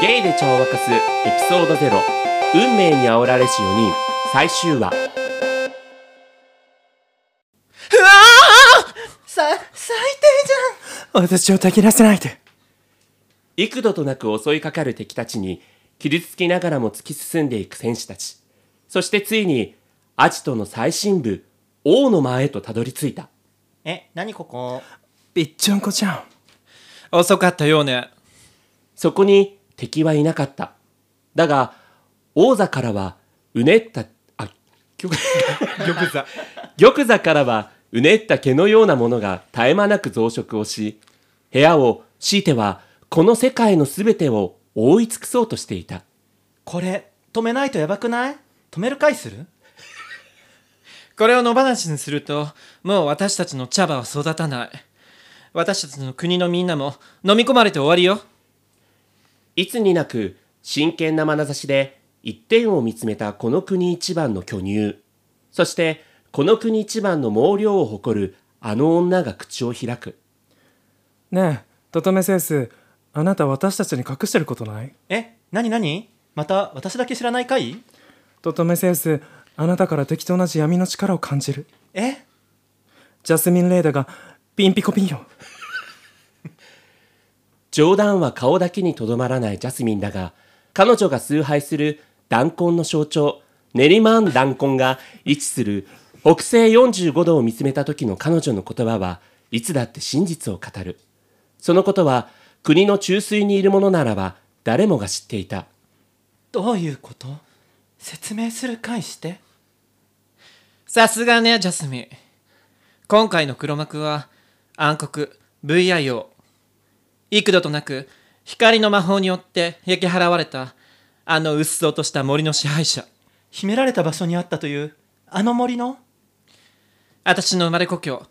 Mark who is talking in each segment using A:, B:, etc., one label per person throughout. A: ゲイで調和化すエピソードゼロ運命に煽られし4人最終話
B: さ最低
C: 私をたきらせないで
A: 幾度となく襲いかかる敵たちに傷つきながらも突き進んでいく戦士たちそしてついにアジトの最深部王の間へとたどり着いた
B: じゃんえ何ここ
C: びっちょんこちゃん遅かったようね
A: そこに敵はいなかっただが王座からはうねったあ玉
C: 玉座
A: 玉座からはうねった毛のようなものが絶え間なく増殖をし部屋を強いてはこの世界の全てを覆い尽くそうとしていた
B: これ止めないとやばくない止める回する
C: これを野放しにするともう私たちの茶葉は育たない私たちの国のみんなも飲み込まれて終わりよ
A: いつになく真剣な眼差しで一点を見つめたこの国一番の巨乳そしてこの国一番の毛量を誇るあの女が口を開く
D: ねえトトメセンスあなた私たちに隠してることない
B: え何何また私だけ知らない回
D: トトメセンスあなたから敵と同じ闇の力を感じる
B: え
D: ジャスミン・レイダがピンピコピンよ
A: 冗談は顔だけにとどまらないジャスミンだが彼女が崇拝する弾痕の象徴練馬ン弾痕が位置する北西45度を見つめた時の彼女の言葉はいつだって真実を語るそのことは国の中枢にいるものならば誰もが知っていた
B: どういうこと説明する回して
C: さすがねジャスミン今回の黒幕は暗黒 VIO 幾度となく光の魔法によって焼き払われたあのうっそうとした森の支配者
B: 秘められた場所にあったというあの森の
C: 私の生まれ故郷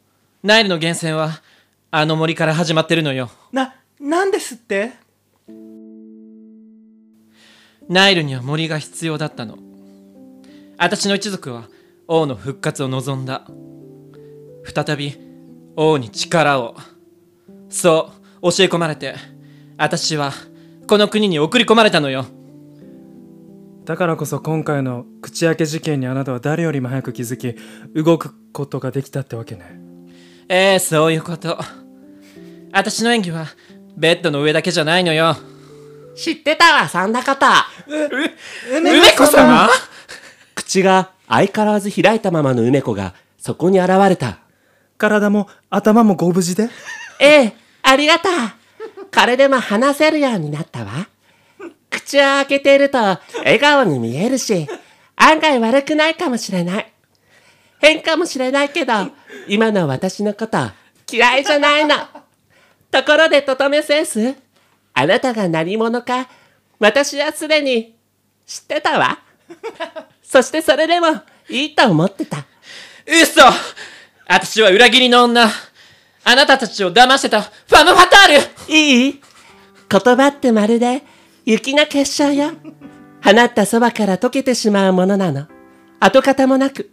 C: ナイルの源泉はあの森から始まってるのよ
B: ななんですって
C: ナイルには森が必要だったの私の一族は王の復活を望んだ再び王に力をそう教え込まれて私はこの国に送り込まれたのよ
D: だからこそ今回の口開け事件にあなたは誰よりも早く気づき動くことができたってわけね
C: ええそういうこと私の演技はベッドの上だけじゃないのよ
A: 知ってたわそんな方
C: 梅子様
A: 口が相変わらず開いたままの梅子がそこに現れた
D: 体も頭もご無事で
A: ええ、ありがとう。これでも話せるようになったわ。口を開けていると笑顔に見えるし、案外悪くないかもしれない。変かもしれないけど、今の私のこと嫌いじゃないの。ところで、ととめセンス、あなたが何者か、私はすでに知ってたわ。そしてそれでもいいと思ってた。
C: 嘘私は裏切りの女あなたたちを騙してたファム・ファタール
A: いい言葉ってまるで雪の結晶よ。放ったそばから溶けてしまうものなの。跡形もなく。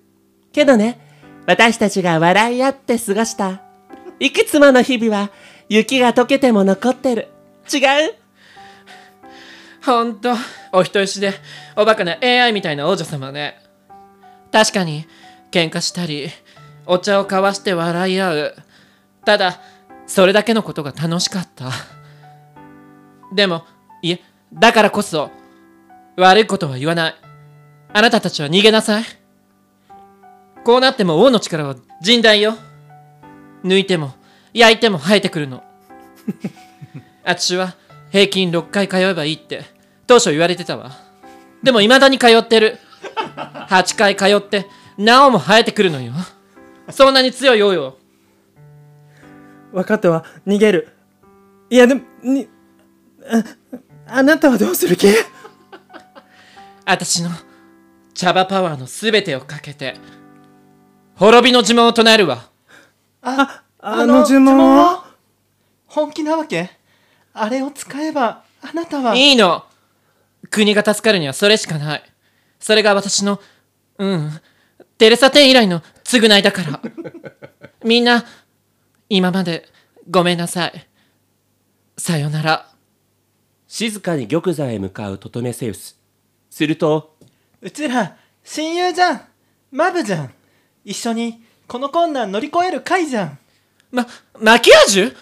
A: けどね、私たちが笑い合って過ごした、いくつもの日々は雪が溶けても残ってる。違う
C: ほんと、お人よしで、おバカな AI みたいな王女様ね。確かに、喧嘩したり、お茶を交わして笑い合う。ただ、それだけのことが楽しかった。でも、いえ、だからこそ、悪いことは言わない。あなたたちは逃げなさい。こうなっても王の力は甚大よ。抜いても、焼いても生えてくるの。私は平均6回通えばいいって当初言われてたわでも未だに通ってる8回通ってなおも生えてくるのよそんなに強いようよ
D: 分かったわ逃げるいやでもにああなたはどうする気
C: 私の茶葉パワーの全てをかけて滅びの呪文を唱えるわ
B: あ
D: あの呪文は
B: 本気なわけあれを使えばあなたはい
C: いの国が助かるにはそれしかないそれが私のうんテレサ・テン以来の償いだから みんな今までごめんなさいさよなら
A: 静かに玉座へ向かうトトメセウスすると
B: うちら親友じゃんマブじゃん一緒にこの困難乗り越える会じゃん
E: ま、マキアージュ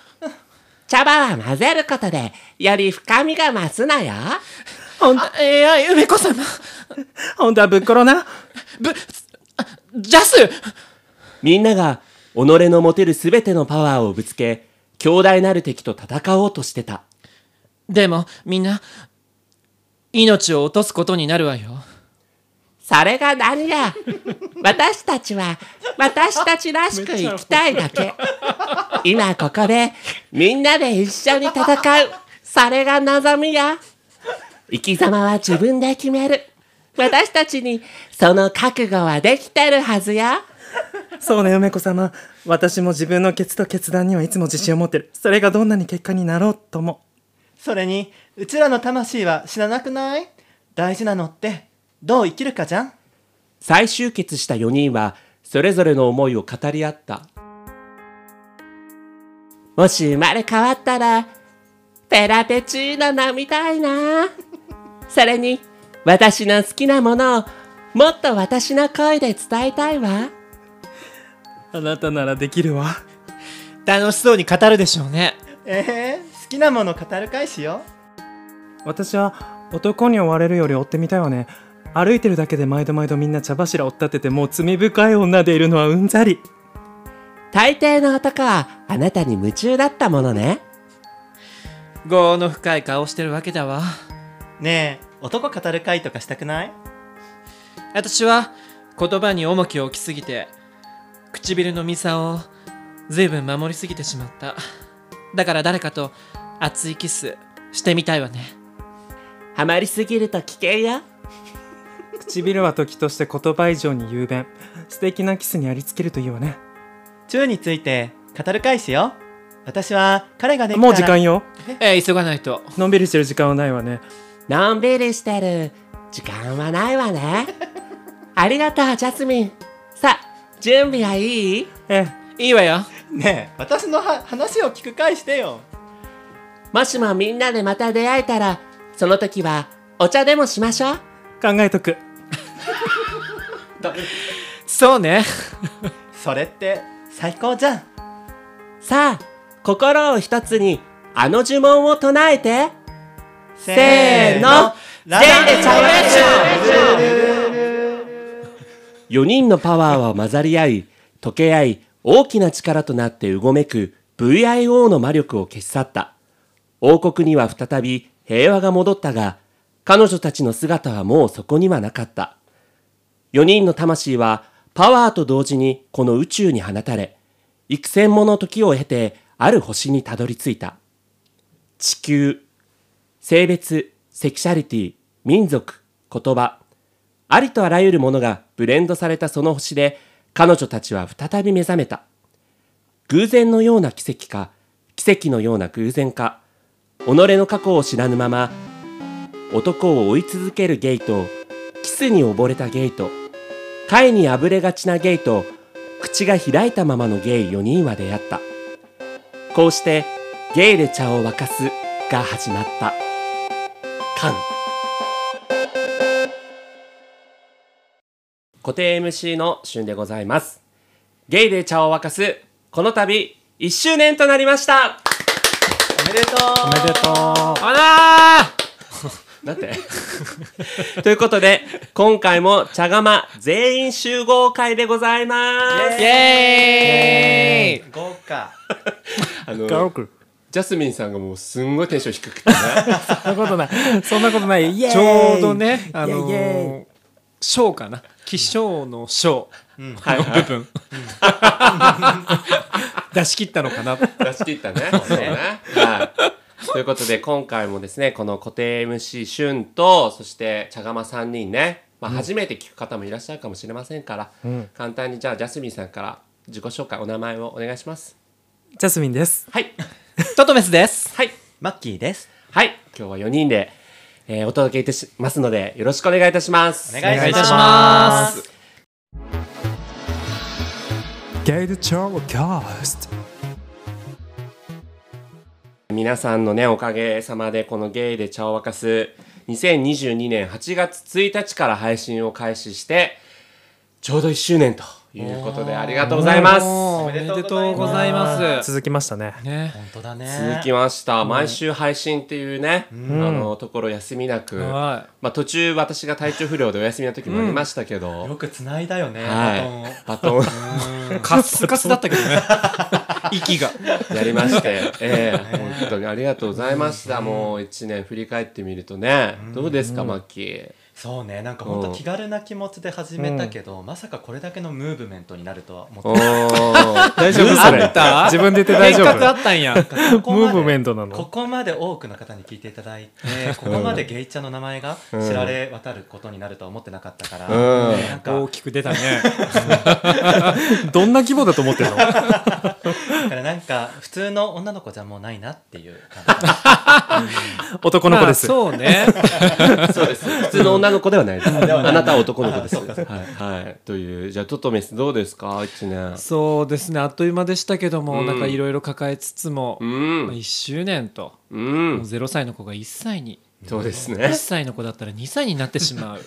A: 茶葉は混ぜることでより深みが増すのよ
E: ほんと、AI 梅子様。
D: 本当はぶっ転な
E: ぶ、あジャス
A: みんなが己の持てる全てのパワーをぶつけ強大なる敵と戦おうとしてた
E: でも、みんな、命を落とすことになるわよ。
A: それが何や私たちは私たちらしく生きたいだけ今ここでみんなで一緒に戦うそれが望みや生き様は自分で決める私たちにその覚悟はできてるはずや
D: そうね梅子様私も自分の決と決断にはいつも自信を持ってるそれがどんなに結果になろうとも
B: それにうちらの魂は死ななくない大事なのってどう生きるかじゃん
A: 再集結した4人はそれぞれの思いを語り合ったもし生まれ変わったらペラペチーノ飲みたいなそれに私の好きなものをもっと私の声で伝えたいわ
D: あなたならできるわ
E: 楽しそうに語るでしょうね。
B: えー、好きなもの語る会しよ
D: 私は男に追われるより追ってみたいわね歩いてるだけで毎度毎度みんな茶柱追っ立ててもう罪深い女でいるのはうんざり
A: 大抵の男はあなたに夢中だったものね
E: 業の深い顔してるわけだわ。
B: うねえ男語る会とかしたくない
E: 私は、言葉に重きを置きすぎて、唇のミサを、ずいぶん守りすぎてしまった。だから誰かと、熱いキス、してみたいわね。
A: ハマりすぎると危険よ
D: 唇は時として言葉以上に雄弁素敵なキスにありつけるといいわね
B: 宙について語る会しよう私は彼ができたら
D: もう時間よ
E: えー急がないと。
D: のんびりしてる時間はないわね
A: のんびりしてる時間はないわねありがとうジャスミンさあ準備はいい
D: え
E: いいわよ。
B: ねえ私のは話を聞く会してよ
A: もしもみんなでまた出会えたら、その時はお茶でもしましょう。
D: え考えとく
E: そうね。
B: それって最高じゃん
A: さあ、心を一つに、あの呪文を唱えて。せーの
B: ラ
A: 全
B: ラ
A: でチャレンジ4人のパワーは混ざり合い、溶け合い、大きな力となってうごめく VIO の魔力を消し去った。王国には再び平和が戻ったが、彼女たちの姿はもうそこにはなかった。4人の魂はパワーと同時にこの宇宙に放たれ、幾千もの時を経てある星にたどり着いた。地球、性別、セクシャリティ、民族、言葉、ありとあらゆるものがブレンドされたその星で彼女たちは再び目覚めた。偶然のような奇跡か、奇跡のような偶然か、己の過去を知らぬまま、男を追い続けるゲイと、キスに溺れたゲイと、貝にあぶれがちなゲイと、口が開いたままのゲイ4人は出会った。こうして、ゲイで茶を沸かすが始まった。カン固定 MC の旬でございます。ゲイで茶を沸かす、この度、1周年となりました
B: おめでとう
D: おめでと
A: あらー なんて ということで、今回も茶釜全員集合会でございます
E: イエーイ
B: 豪華
A: あ
D: うガ
A: の
D: オク
A: ジャスミンさんがもうすんごいテンション低くてね。
D: そんなことないそんなことないイエーイ
E: ちょうどね、あの
D: イエーイイエーイ
E: ー、章かな。起承の章の部分。 出し切ったのかな。
A: 出し切ったね。 そうね。はい。ということで、今回もですね、この固定 MC 旬と、そして茶釜3人ね、まあ、初めて聞く方もいらっしゃるかもしれませんから、簡単にじゃあ、ジャスミンさんから自己紹介、お名前をお願いします。
D: ジャスミンです
A: はい。
E: トトメスです。
A: はい。
B: マッキーです
A: はい。今日は4人で、えーお届けいたしますので、よろしくお願いいたします。
B: お願い
E: お願いい
B: したま
E: し
B: す
E: ます
D: ゲイルチョーカースト
F: 皆さんのねおかげさまでこの「ゲイで茶を沸かす」2022年8月1日から配信を開始してちょうど1周年ということでありがとうございます
C: おめでとうございます。
D: 続きましたね
C: ね、
B: 本当だね
F: 続きました毎週配信っていうね、あのところ休みなく、
C: は
F: まあ、途中私が体調不良でお休みの時もありましたけど、
B: よく繋いだよね、
F: はいバトン
C: い、カッスカスだったけどね。息 が。
F: やりまして、ええ本当にありがとうございました、もう1年振り返ってみるとね、どうですかマッキー
B: そうねなんか本当気軽な気持ちで始めたけど、まさかこれだけのムーブメントになるとは思って
F: お ー
D: 大丈夫それ
C: た
D: 自分で言って大
C: 変
D: 丈
C: 革あ
D: 夫
C: ったんや。
B: なか
D: ムーブメントなの
B: ここまで多くの方に聞いていただいてここまでゲイちゃんの名前が知られ渡ることになるとは思ってなかったから、
F: うん
B: ねなんか
C: 大きく出たね。
D: どんな規模だと思ってるの
B: だからなんか普通の女の子じゃもうないなっていう感じ
D: 男の子です、
C: まあそうね。
F: そうです 普通の女の子ではないです
B: ではない
F: あな たは男の子です
B: あそうかそう
F: はい、はい、というじゃあトトメスどうですか1 年
C: そうですね。あっという間でしたけども、
F: うん
C: なんかいろいろ抱えつつも、
F: う
C: まあ
F: ん
C: 一周年と、
F: う
C: もうんゼロ歳の子が一歳に。
F: そうです
C: 1
F: ね
C: 歳の子だったら2歳になってしまう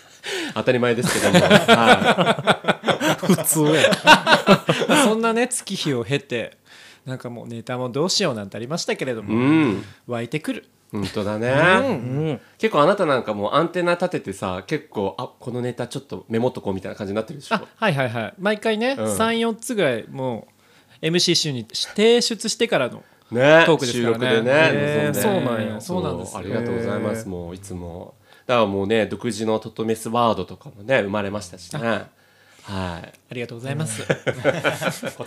F: 当たり前ですけども、は
D: 普通や
C: まあそんなね月日を経てなんかもうネタもどうしようなんてありましたけれど
F: い、
C: も、
F: うん
C: 湧いてくる
F: 本当だね、
D: うん
F: 結構あなたなんかもうアンテナ立ててさ結構あこのネタちょっとメモっとこうみたいな感じになってるでしょ
C: あはいはいはい毎回ね、
F: うん
C: 34つぐらいもう MC 集に提出してからの
F: ね
C: トークですからね
F: 収録でね
D: へー
F: 臨んで
C: そうなんよそうなんですよ
F: ありがとうございますもういつもだからもうね独自のトトメスワードとかもね生まれましたしねはい
C: ありがとうございます、
B: 言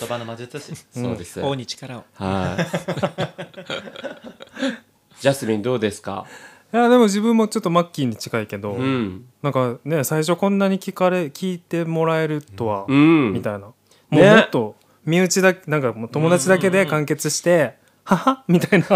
B: 葉の魔術 師
F: そうです、
C: 大に力を
F: はいジャスミンどうですか
D: いやでも自分もちょっとマッキーに近いけど、
F: うん
D: なんかね最初こんなに聞かれ聞いてもらえるとは、
F: うん
D: みたいなもう
F: ね
D: もっと身内だなんかもう友達だけで完結して「はは」みたいな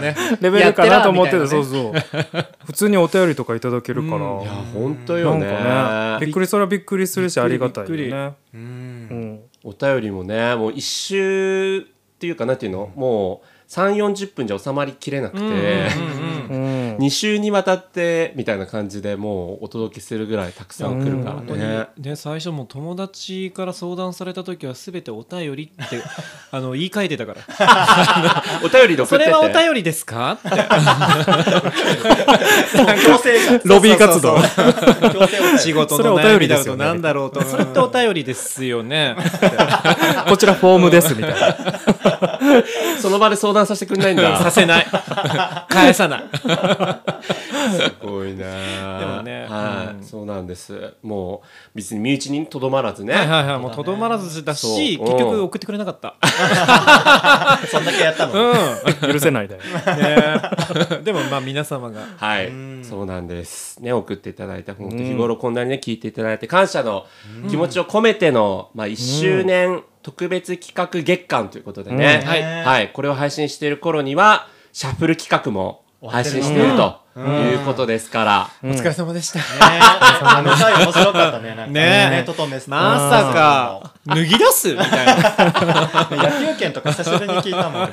C: ね
D: レベルかなと思って
C: や
D: た
C: ってら
D: そ
C: み
D: うそう普通にお便りとかいただけるから
F: いや
D: な
F: 本当よ
D: ん
F: ね
D: かねびっくりそれはびっくりするしありがたいよ
C: びっ
D: ね
B: う
D: うんん
F: お便りもねもう一周っていうかなんていうのもう3 4 0分じゃ収まりきれなくて、
D: うん
F: 2週にわたってみたいな感じでもうお届けするぐらいたくさん来るからね。
C: で最初もう友達から相談された時は全てお便りって あの言い換えてたから
F: お便りで送
C: そ
F: ってて
C: れはお便りですかって
B: 強制が
D: ロビー活動
B: そうそうそう強制を
C: 仕事
D: それ
C: の
D: お
C: 悩
D: 便
C: み
D: り
C: だ
D: です
C: ろうと
D: よね
C: なんだろうとそれってお便りですよね
D: こちらフォームですみたいな
F: その場で相談させてくんないんだ。
C: させない返さない
F: すごいね。で
C: もね
F: はい、
C: うん
F: そうなんです。もう別に身内にとどまらずね。
C: はいはいはいもうとどまらずだし
F: そう
C: 結局送ってくれなかった
B: そんだけやったのに、
D: 許せないで
C: ねでもまあ皆様が
F: はい、そうなんです。ね、送っていただいた、本当日頃こんなにね、聞いていただいて、感謝の気持ちを込めての、まあ、1周年特別企画月間ということでね、
C: うん
F: は、
C: はいい
F: これを配信している頃には、シャッフル企画も配信しているということですから、
C: お疲れ様でした
B: ね、あの回面白かったね。なんか
C: ね
B: トトメス
C: まさか脱ぎ出すみたい
B: う
C: な
B: ん野球拳とか久しぶりに聞いたもんね。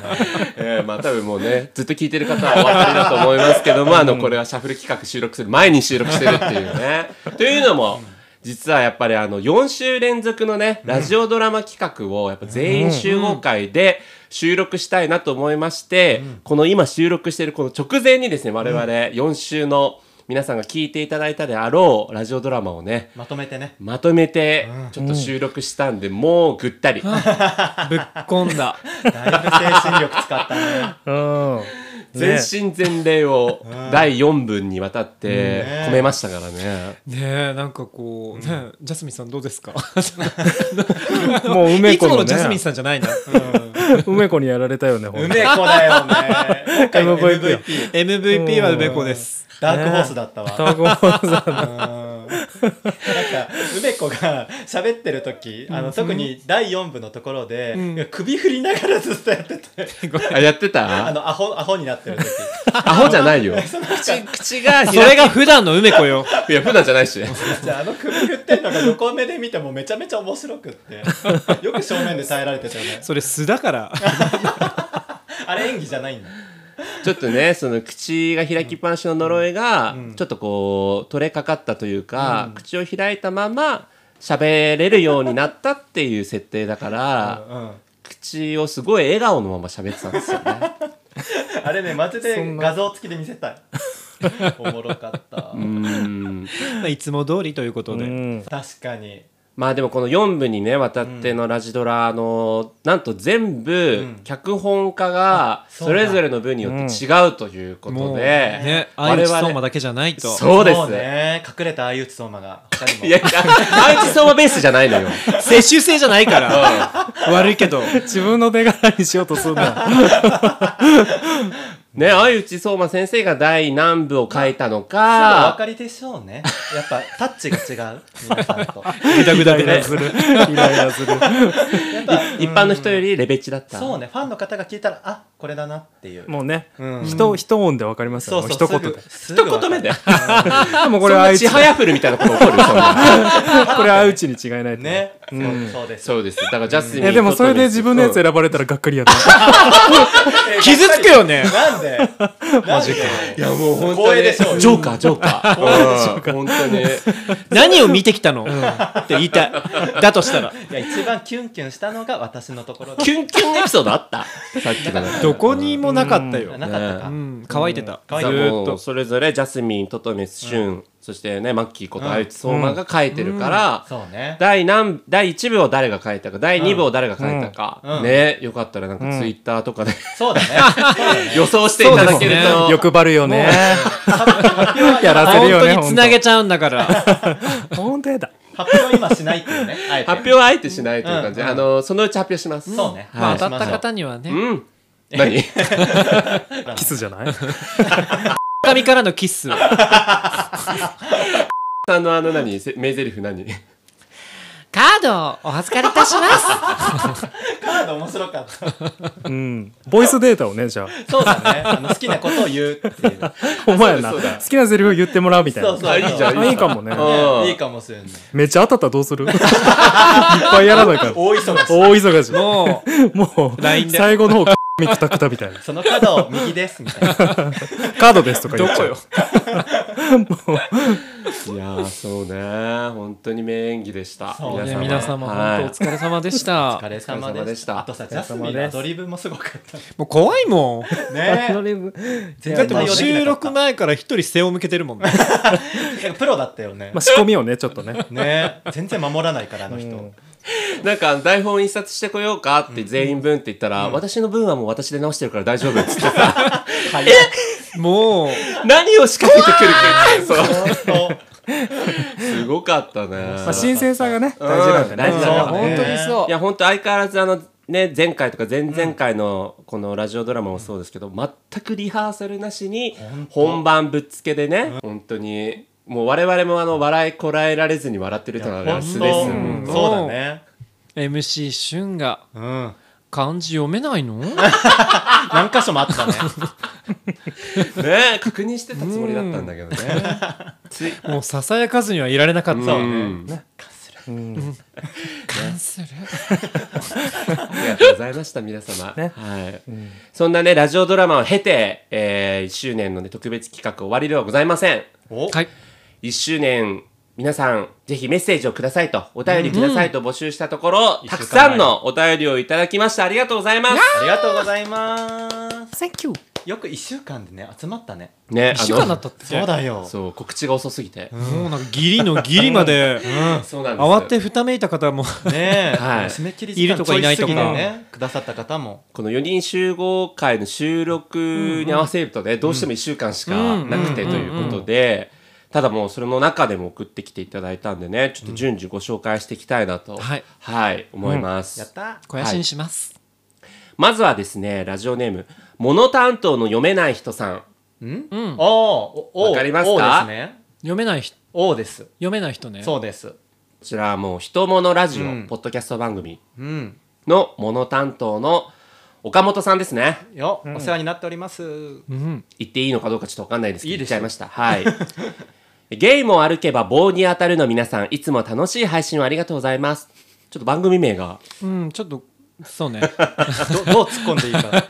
F: えーまあ多分もうね、ずっと聞いてる方はお分かりだと思いますけども、あの、これはシャッフル企画収録する前に収録してるっていうね。 というのも、実はやっぱりあの、4週連続のね、ラジオドラマ企画を、やっぱ全員集合会で収録したいなと思いまして、この今収録してるこの直前にですね、我々4週の皆さんが聞いていただいたであろうラジオドラマをね、
B: まとめてね。
F: まとめて、ちょっと収録したんで、もうぐったり。
C: ぶっ込んだ
B: だいぶ精神力使った ね。
D: うん
F: 全
D: ね
F: 身全霊を第4分にわたって
B: ね
F: 込めましたからね。
C: ねえなんかこうねえジャスミンさんどう ですか
D: もう梅
C: いつ
D: 子
C: も
D: の
C: のジャスミン
D: ね
C: さんじゃないな
D: 梅子にやられたよねほんと
B: 梅子だよね。今回の
D: MVP よ
B: MVP。
C: MVP は梅子です
B: ダークホースだったわ。
D: 双子さん
B: うんなんか梅子が喋ってる時あの特に第4部のところで、首振りながらずっとやってて
F: あ、やって
B: あ
F: た
B: のアホアホになってる時
F: アホじゃ ないよ。
C: 口口がそれが普段の梅子よ
F: いや、普段じゃないし。
B: じゃああの首振ってるのが横目で見てもめちゃめちゃ面白くってよく正面で耐えられてたよね
C: それ素だから
B: あれ演技じゃないんだ
F: ちょっとねその口が開きっぱなしの呪いが、
B: うん
F: ちょっとこう取れかかったというか、口を開いたまま喋れるようになったっていう設定だから、
B: うん
F: 口をすごい笑顔のまま喋ってたんですよね。
B: あれねマジ
D: そ
B: で
D: んな
B: 画像付きで見せたい おもろかった
F: うん
C: まあいつも通りということで、
D: うん
B: 確かに
F: まあでもこの4部にね渡ってのラジドラの、なんと全部
B: ん
F: 脚本家が
B: そう
F: そ
B: だ
F: れぞれの部によって違うということで、
C: ね、相内相馬だけじゃないと
F: そうです
B: ね隠れた相内相馬が他にも
F: いや愛知相馬ベースじゃないのよ。
C: 接種性じゃな いから悪いけど
D: 自分の手柄にしようとすん な
F: ね、相内相馬先生が第何部を書いたの
B: さあお分、
F: か
B: かりでしょうねやっぱタッチが違う皆さんと
C: グダグダ
D: イ
C: で
D: ライ
C: ね
D: ラするイライラする
F: い一般の人よりレベチだった。
B: そうねファンの方が聞いたらあこれだなっていう
D: もうね、
B: うん
D: 人一音でわかります
B: そ
D: よ
B: うそう
D: 一言で
B: 一言
F: 目
D: で
F: で
D: もこ
F: こ
D: れ
F: れ
D: あ
F: はいち
D: ち
F: はやふるみたいなこと起こるそんな
D: これあうちに違いないと
B: ねそうそうです
F: そうです。だからジャスミン。
D: えでもそれで自分のやつ選ばれたらがっかりやな
C: 傷つくよね
B: なんでマジか
F: いやもう本当に
B: 光栄でしょう
F: ジョーカージョーカー。うん本当に。
C: 何を見てきたの、って言いたいだとしたら
B: いや一番キュンキュンしたのが私のところで
F: キュンキュンエピソードあった？さっきの中で
C: どこにもなかったよ、
B: なかったか、
C: うん、乾いてた、
B: 乾い
F: じゃ
B: て
F: あ
B: た
F: もうそれぞれジャスミン、トトメス、シュン、そしてねマッキーこと相内相馬が書いてるから、
B: そうね
F: 第何第1部を誰が書いたか第2部を誰が書いたか、
B: うんうん
F: ねよかったらなんかツイッターとかで、
B: そうだね
F: 予想していただけると、
D: 欲張るよね やらせるよ
C: 本
D: ね
C: 当につなげちゃうんだ から
D: 本当やだ
B: 発表今しないって いうねあえて
F: 発表はあえてしないという感じで、
B: うんうん
F: あのそのうち発表します、
B: そうね、
F: はい
B: ま
C: 当
B: あ
C: たった方にはね、
F: うん何
D: キスじゃない
C: 神からのキッスを
F: さんのあの何せ名台詞何
A: カードをお預かりいたし ます。
B: カード面白かった
D: うんボイスデータをねじゃあ
B: そうだねあの好きなことを言うっていう
D: お前な
F: そう
D: 好
F: だ
D: きなセリフを言ってもらうみたいな
B: そうそう
F: あいいじゃん
D: あいいかもね
F: うん
B: いいかもしれない
D: めっちゃ当たったらどうするいっぱいやらないから
B: 大忙し
D: 大忙し
C: もう
D: もう
C: LINE で
D: 最後の方 くたくたみたいな
B: その角を右ですみたいな
D: カードですとか言
C: ど
D: っち
C: こ
D: ゃう
C: よ
F: いやーそうね本当に名演技でした
B: そう
C: い
B: ね
C: や
F: 様
C: 皆様
F: はい
C: 本当お疲れ様でした、
B: お疲れ様
F: お疲れ様
B: で
F: で
B: し
F: したた
B: あとさジャスミンのアドリブもすごかっ
C: もう怖いもん
B: たね 全
C: だ
B: 然
C: っても
B: 対応
C: う
B: でき
C: 収
B: なか
C: 録
B: っ
C: 前から一人背を向けてるも んね
B: たなんかプロだったよね
D: まあ仕込みをねちょっとね
B: ね全然守らないからあの人
F: なんか台本一冊してこようかって全員分って言ったら、私の分はもう私で直してるから大丈夫っつって さ
B: 早い
C: もう
F: 何を仕掛けてくるかそう
B: 本
F: すごかったね
D: まあ新鮮さがね
F: うん
D: 大事なんで
F: 大
D: ね
F: 事だ
B: そう
F: ね
B: ね
C: 本当にそ
F: いや本当相変わらずあのね前回とか前々回のこのラジオドラマもそうですけど、全くリハーサルなしに本番ぶっつけでね、本当にもう我々もあの笑いこらえられずに笑ってるの
B: 当
F: が素です
B: う
F: もん
B: んそうだね
C: う MC 俊が
B: うん
C: 漢字読め ないの
B: 何箇所もあったね
F: ね確認してたつもりだったんだけどねつい
C: もうささやかずにはいられなかった
F: そう
C: ね
F: ね
C: 関する
F: ありがとうございました、皆様。
D: ね
F: はい、そんなね、ラジオドラマを経て、え1周年のね、特別企画終わりではございません。
B: お
C: はい
F: 1周年、皆さん、ぜひメッセージをくださいと、お便りくださいと募集したところ、たくさんのお便りをいただきました。ありがとうございます。
B: ありがとうございます
A: Thank you.
B: よく1週間でね集まったね
F: ね、
C: 一週間だったって
B: そうだよ
F: そう、告知が遅すぎて。
C: もうなんかギリのギリまで
F: そうなんです
C: 慌
F: よ
C: てふためいた方も
B: ねえ、
F: はい
B: 締め切り
C: いるとかいないとか
B: ちょ過ぎてねくださった方も
F: この4人集合会の収録に合わせるとね、どうしても1週間しかなくてということで、ただもうそれの中でも送ってきていただいたんでね、ちょっと順次ご紹介していきたいなと、
C: はい
F: はい、思います。
B: やった
C: 肥やしにします、
F: まずはですね、ラジオネーム、モノ担当の読めない人さん。
B: んうんおおお
F: わかりますか
B: おですね
C: 読めない人
B: おです
C: 読めない人ね
B: そうです
F: こちらはもう、人物ラジオ、
B: うん
F: ポッドキャスト番組
B: うん
F: のモノ担当の岡本さんですね。
B: よ、お世話になっております、
C: うん
F: 言っていいのかどうかちょっとわかんないですけど
B: いい
F: 言
B: で
F: っ
B: す
F: ちゃ
B: よ
F: いましたはい ゲイも歩けば棒に当 たるの皆さんいつも楽しい配信をありがとうございますちょっと番組名が
C: うんちょっとそう ね
B: どどう突っ込んでいいか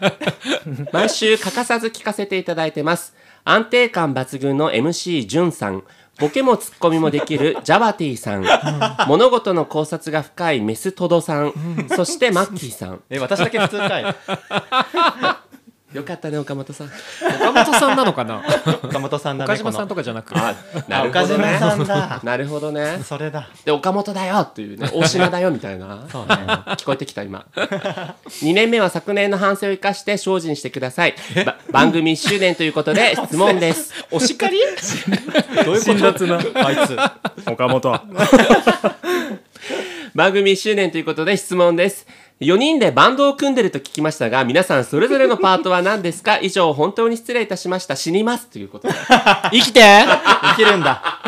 F: 毎週欠かさず聞かせていただいてます安定感抜群の MC じゅんさんボケもツッコミもできる ジャバティさん物事の考察が深いメストドさんそしてマッキーさん
B: え私だけ普通かい
F: よかったね岡本さん
C: 岡本さんなのかな
B: 岡本さんだね
C: 岡島さんとかじゃなく
F: あ
B: なるほどね岡島さんだ
F: なるほどね
B: このそれだ
F: で岡本だよってい うね大島だよみたいな
B: そうね
F: 聞こえてきた今2年目は昨年の反省を生かして精進してください ば番組1周年ということで質問です
C: お叱り
B: どういうこと
D: 辛辣
B: あいつ
D: 岡本
F: 番組1周年ということで質問です4人でバンドを組んでると聞きましたが皆さんそれぞれのパートは何ですか以上本当に失礼いたしました死にますということで
C: 生きて
B: 生きるんだ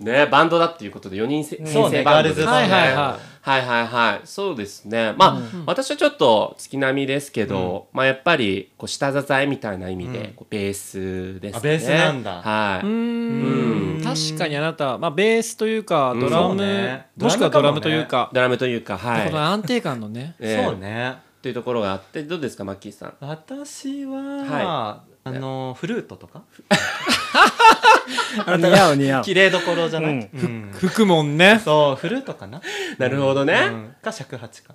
F: ねバンドだっていうことで4人せ
B: そ
F: 編
B: うね
F: 成バンドですね
B: ガールズバンドね
F: はいはいはいそうですねまあ、私はちょっと月並みですけど、まあやっぱりこう下支えみたいな意味で、こうベースですね
B: あベースなんだ
F: はい、
C: うん確かにあなた、まあ、ベースというか
F: うん
C: ドラム、
B: そうね
C: もしくはドラムというか
F: ドラムというかはい
C: この安定感のね
F: えー
B: そうね
F: というところがあってどうですかマッキーさん
B: 私は、
F: は
B: あのフルートとか
D: 似合う似合う
B: 綺麗どころじゃない、うん
C: 吹くもん ね
B: そうフルートかな、
F: なるほどね、
B: うんか尺八か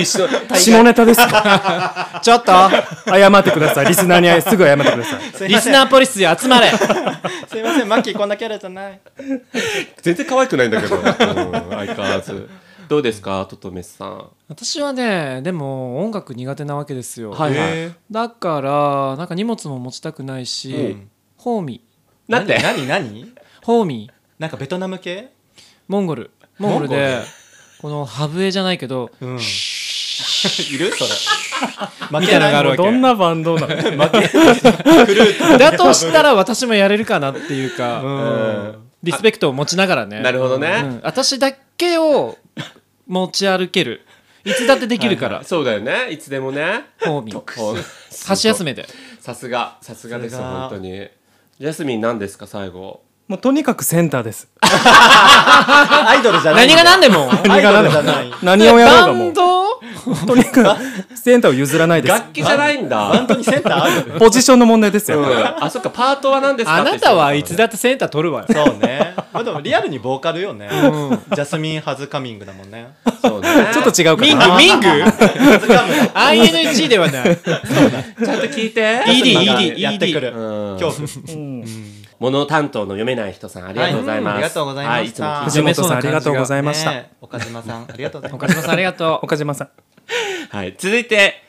F: 一緒
D: 下ネタですか
C: ちょっと
D: 謝ってくださいリスナーにすぐ謝ってください
B: すい
C: リ
B: ま
C: ス
B: せん
C: ナーポリス集まれ
B: すいませんマッキーこんなキャラじゃない
F: 全然可愛くないん だけど、うん相変わらずどうですかトトメスさん
C: 私はねでも音楽苦手なわけですよ、
F: はいはい
B: えー
C: だからなんか荷物も持ちたくないし、
B: うん
C: ホーミー
F: なんて
B: 何何何
C: ホーミー
B: なんかベトナム系
C: モンゴルモンゴル
B: モン
C: で
B: ゴル
C: このハブエじゃないけど、
B: うんいるそれ負
C: みたいなのがある
B: も
C: わ
B: ん
C: け
D: どんなバンドなの
C: だとしたら私もやれるかなっていうか、
B: うん
C: リスペクトを持ちながらね
F: なるほどね、
C: うん私だけを持ち歩けるいつだってできるから、
F: そうだよねいつでもね
C: ホーミー
F: ほん
C: 箸休めで
F: さすがさすがで
B: さ
F: す
B: すが
F: 本当にジャスミン何ですか最後
D: もうとにかくセンターです
B: あアイドルじゃない
C: 何が何
B: で
C: でも
B: アイ
D: 何が
B: ドル
D: 何
B: じゃ
D: でも
B: ない
D: 何をやろうが
C: バ
D: も
C: ン ド
D: うとにかくセンターを譲らないです
F: 楽器じゃないん
B: 本
F: だ
B: 当にセンターある
D: ポジションの問題です
F: う
D: よ、
F: んあそっかパートは何ですか
C: あなたはいつ
F: だ
C: だってセンター取るわよ
B: そうねまあでもリアルにボーカルよねジャスミン・ハズカミングだもんね
F: そう ね
D: ちょっと違うか
C: ミン
D: な
C: グミング
B: ハズカム
C: ING ではない
F: ちゃんと聞いて
C: ED
B: が
C: ED
B: やってくる
F: うん
B: 恐怖
F: 物担当の読めない人さんありがとうございま
B: はいうん
F: す、
B: ありがとうございました
F: はい、いつ
D: 藤
F: も
D: 本さんありがとうございました、
B: ねえ岡島さんありがとうございま
C: 岡島さんありがとう
D: 岡島さん
F: 聞いて、はい、続いて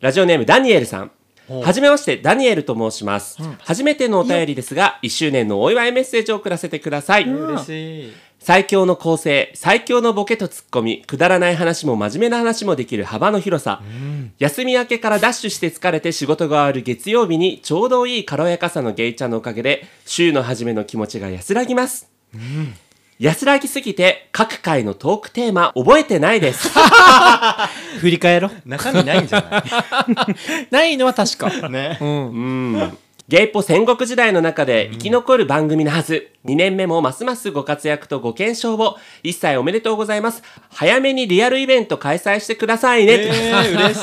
F: ラジオネームダニエルさんはじめましてダニエルと申します、初めてのお便りですが1周年のお祝いメッセージを送らせてください、
B: す嬉しい
F: 最強の構成最強のボケとツッコミくだらない話も真面目な話もできる幅の広さ、休み明けからダッシュして疲れて仕事が終わる月曜日にちょうどいい軽やかさのゲイちゃんのおかげで週の初めの気持ちが安らぎます、安らぎすぎて各回のトークテーマ覚えてないです
C: 振り返ろ
B: 中身ないんじゃな
C: ないのは確か
B: いね
F: うんゲイポ戦国時代の中で生き残る番組のはず、2年目もますますご活躍とご健勝を一切おめでとうございます早めにリアルイベント開催してくださいね、
B: えー嬉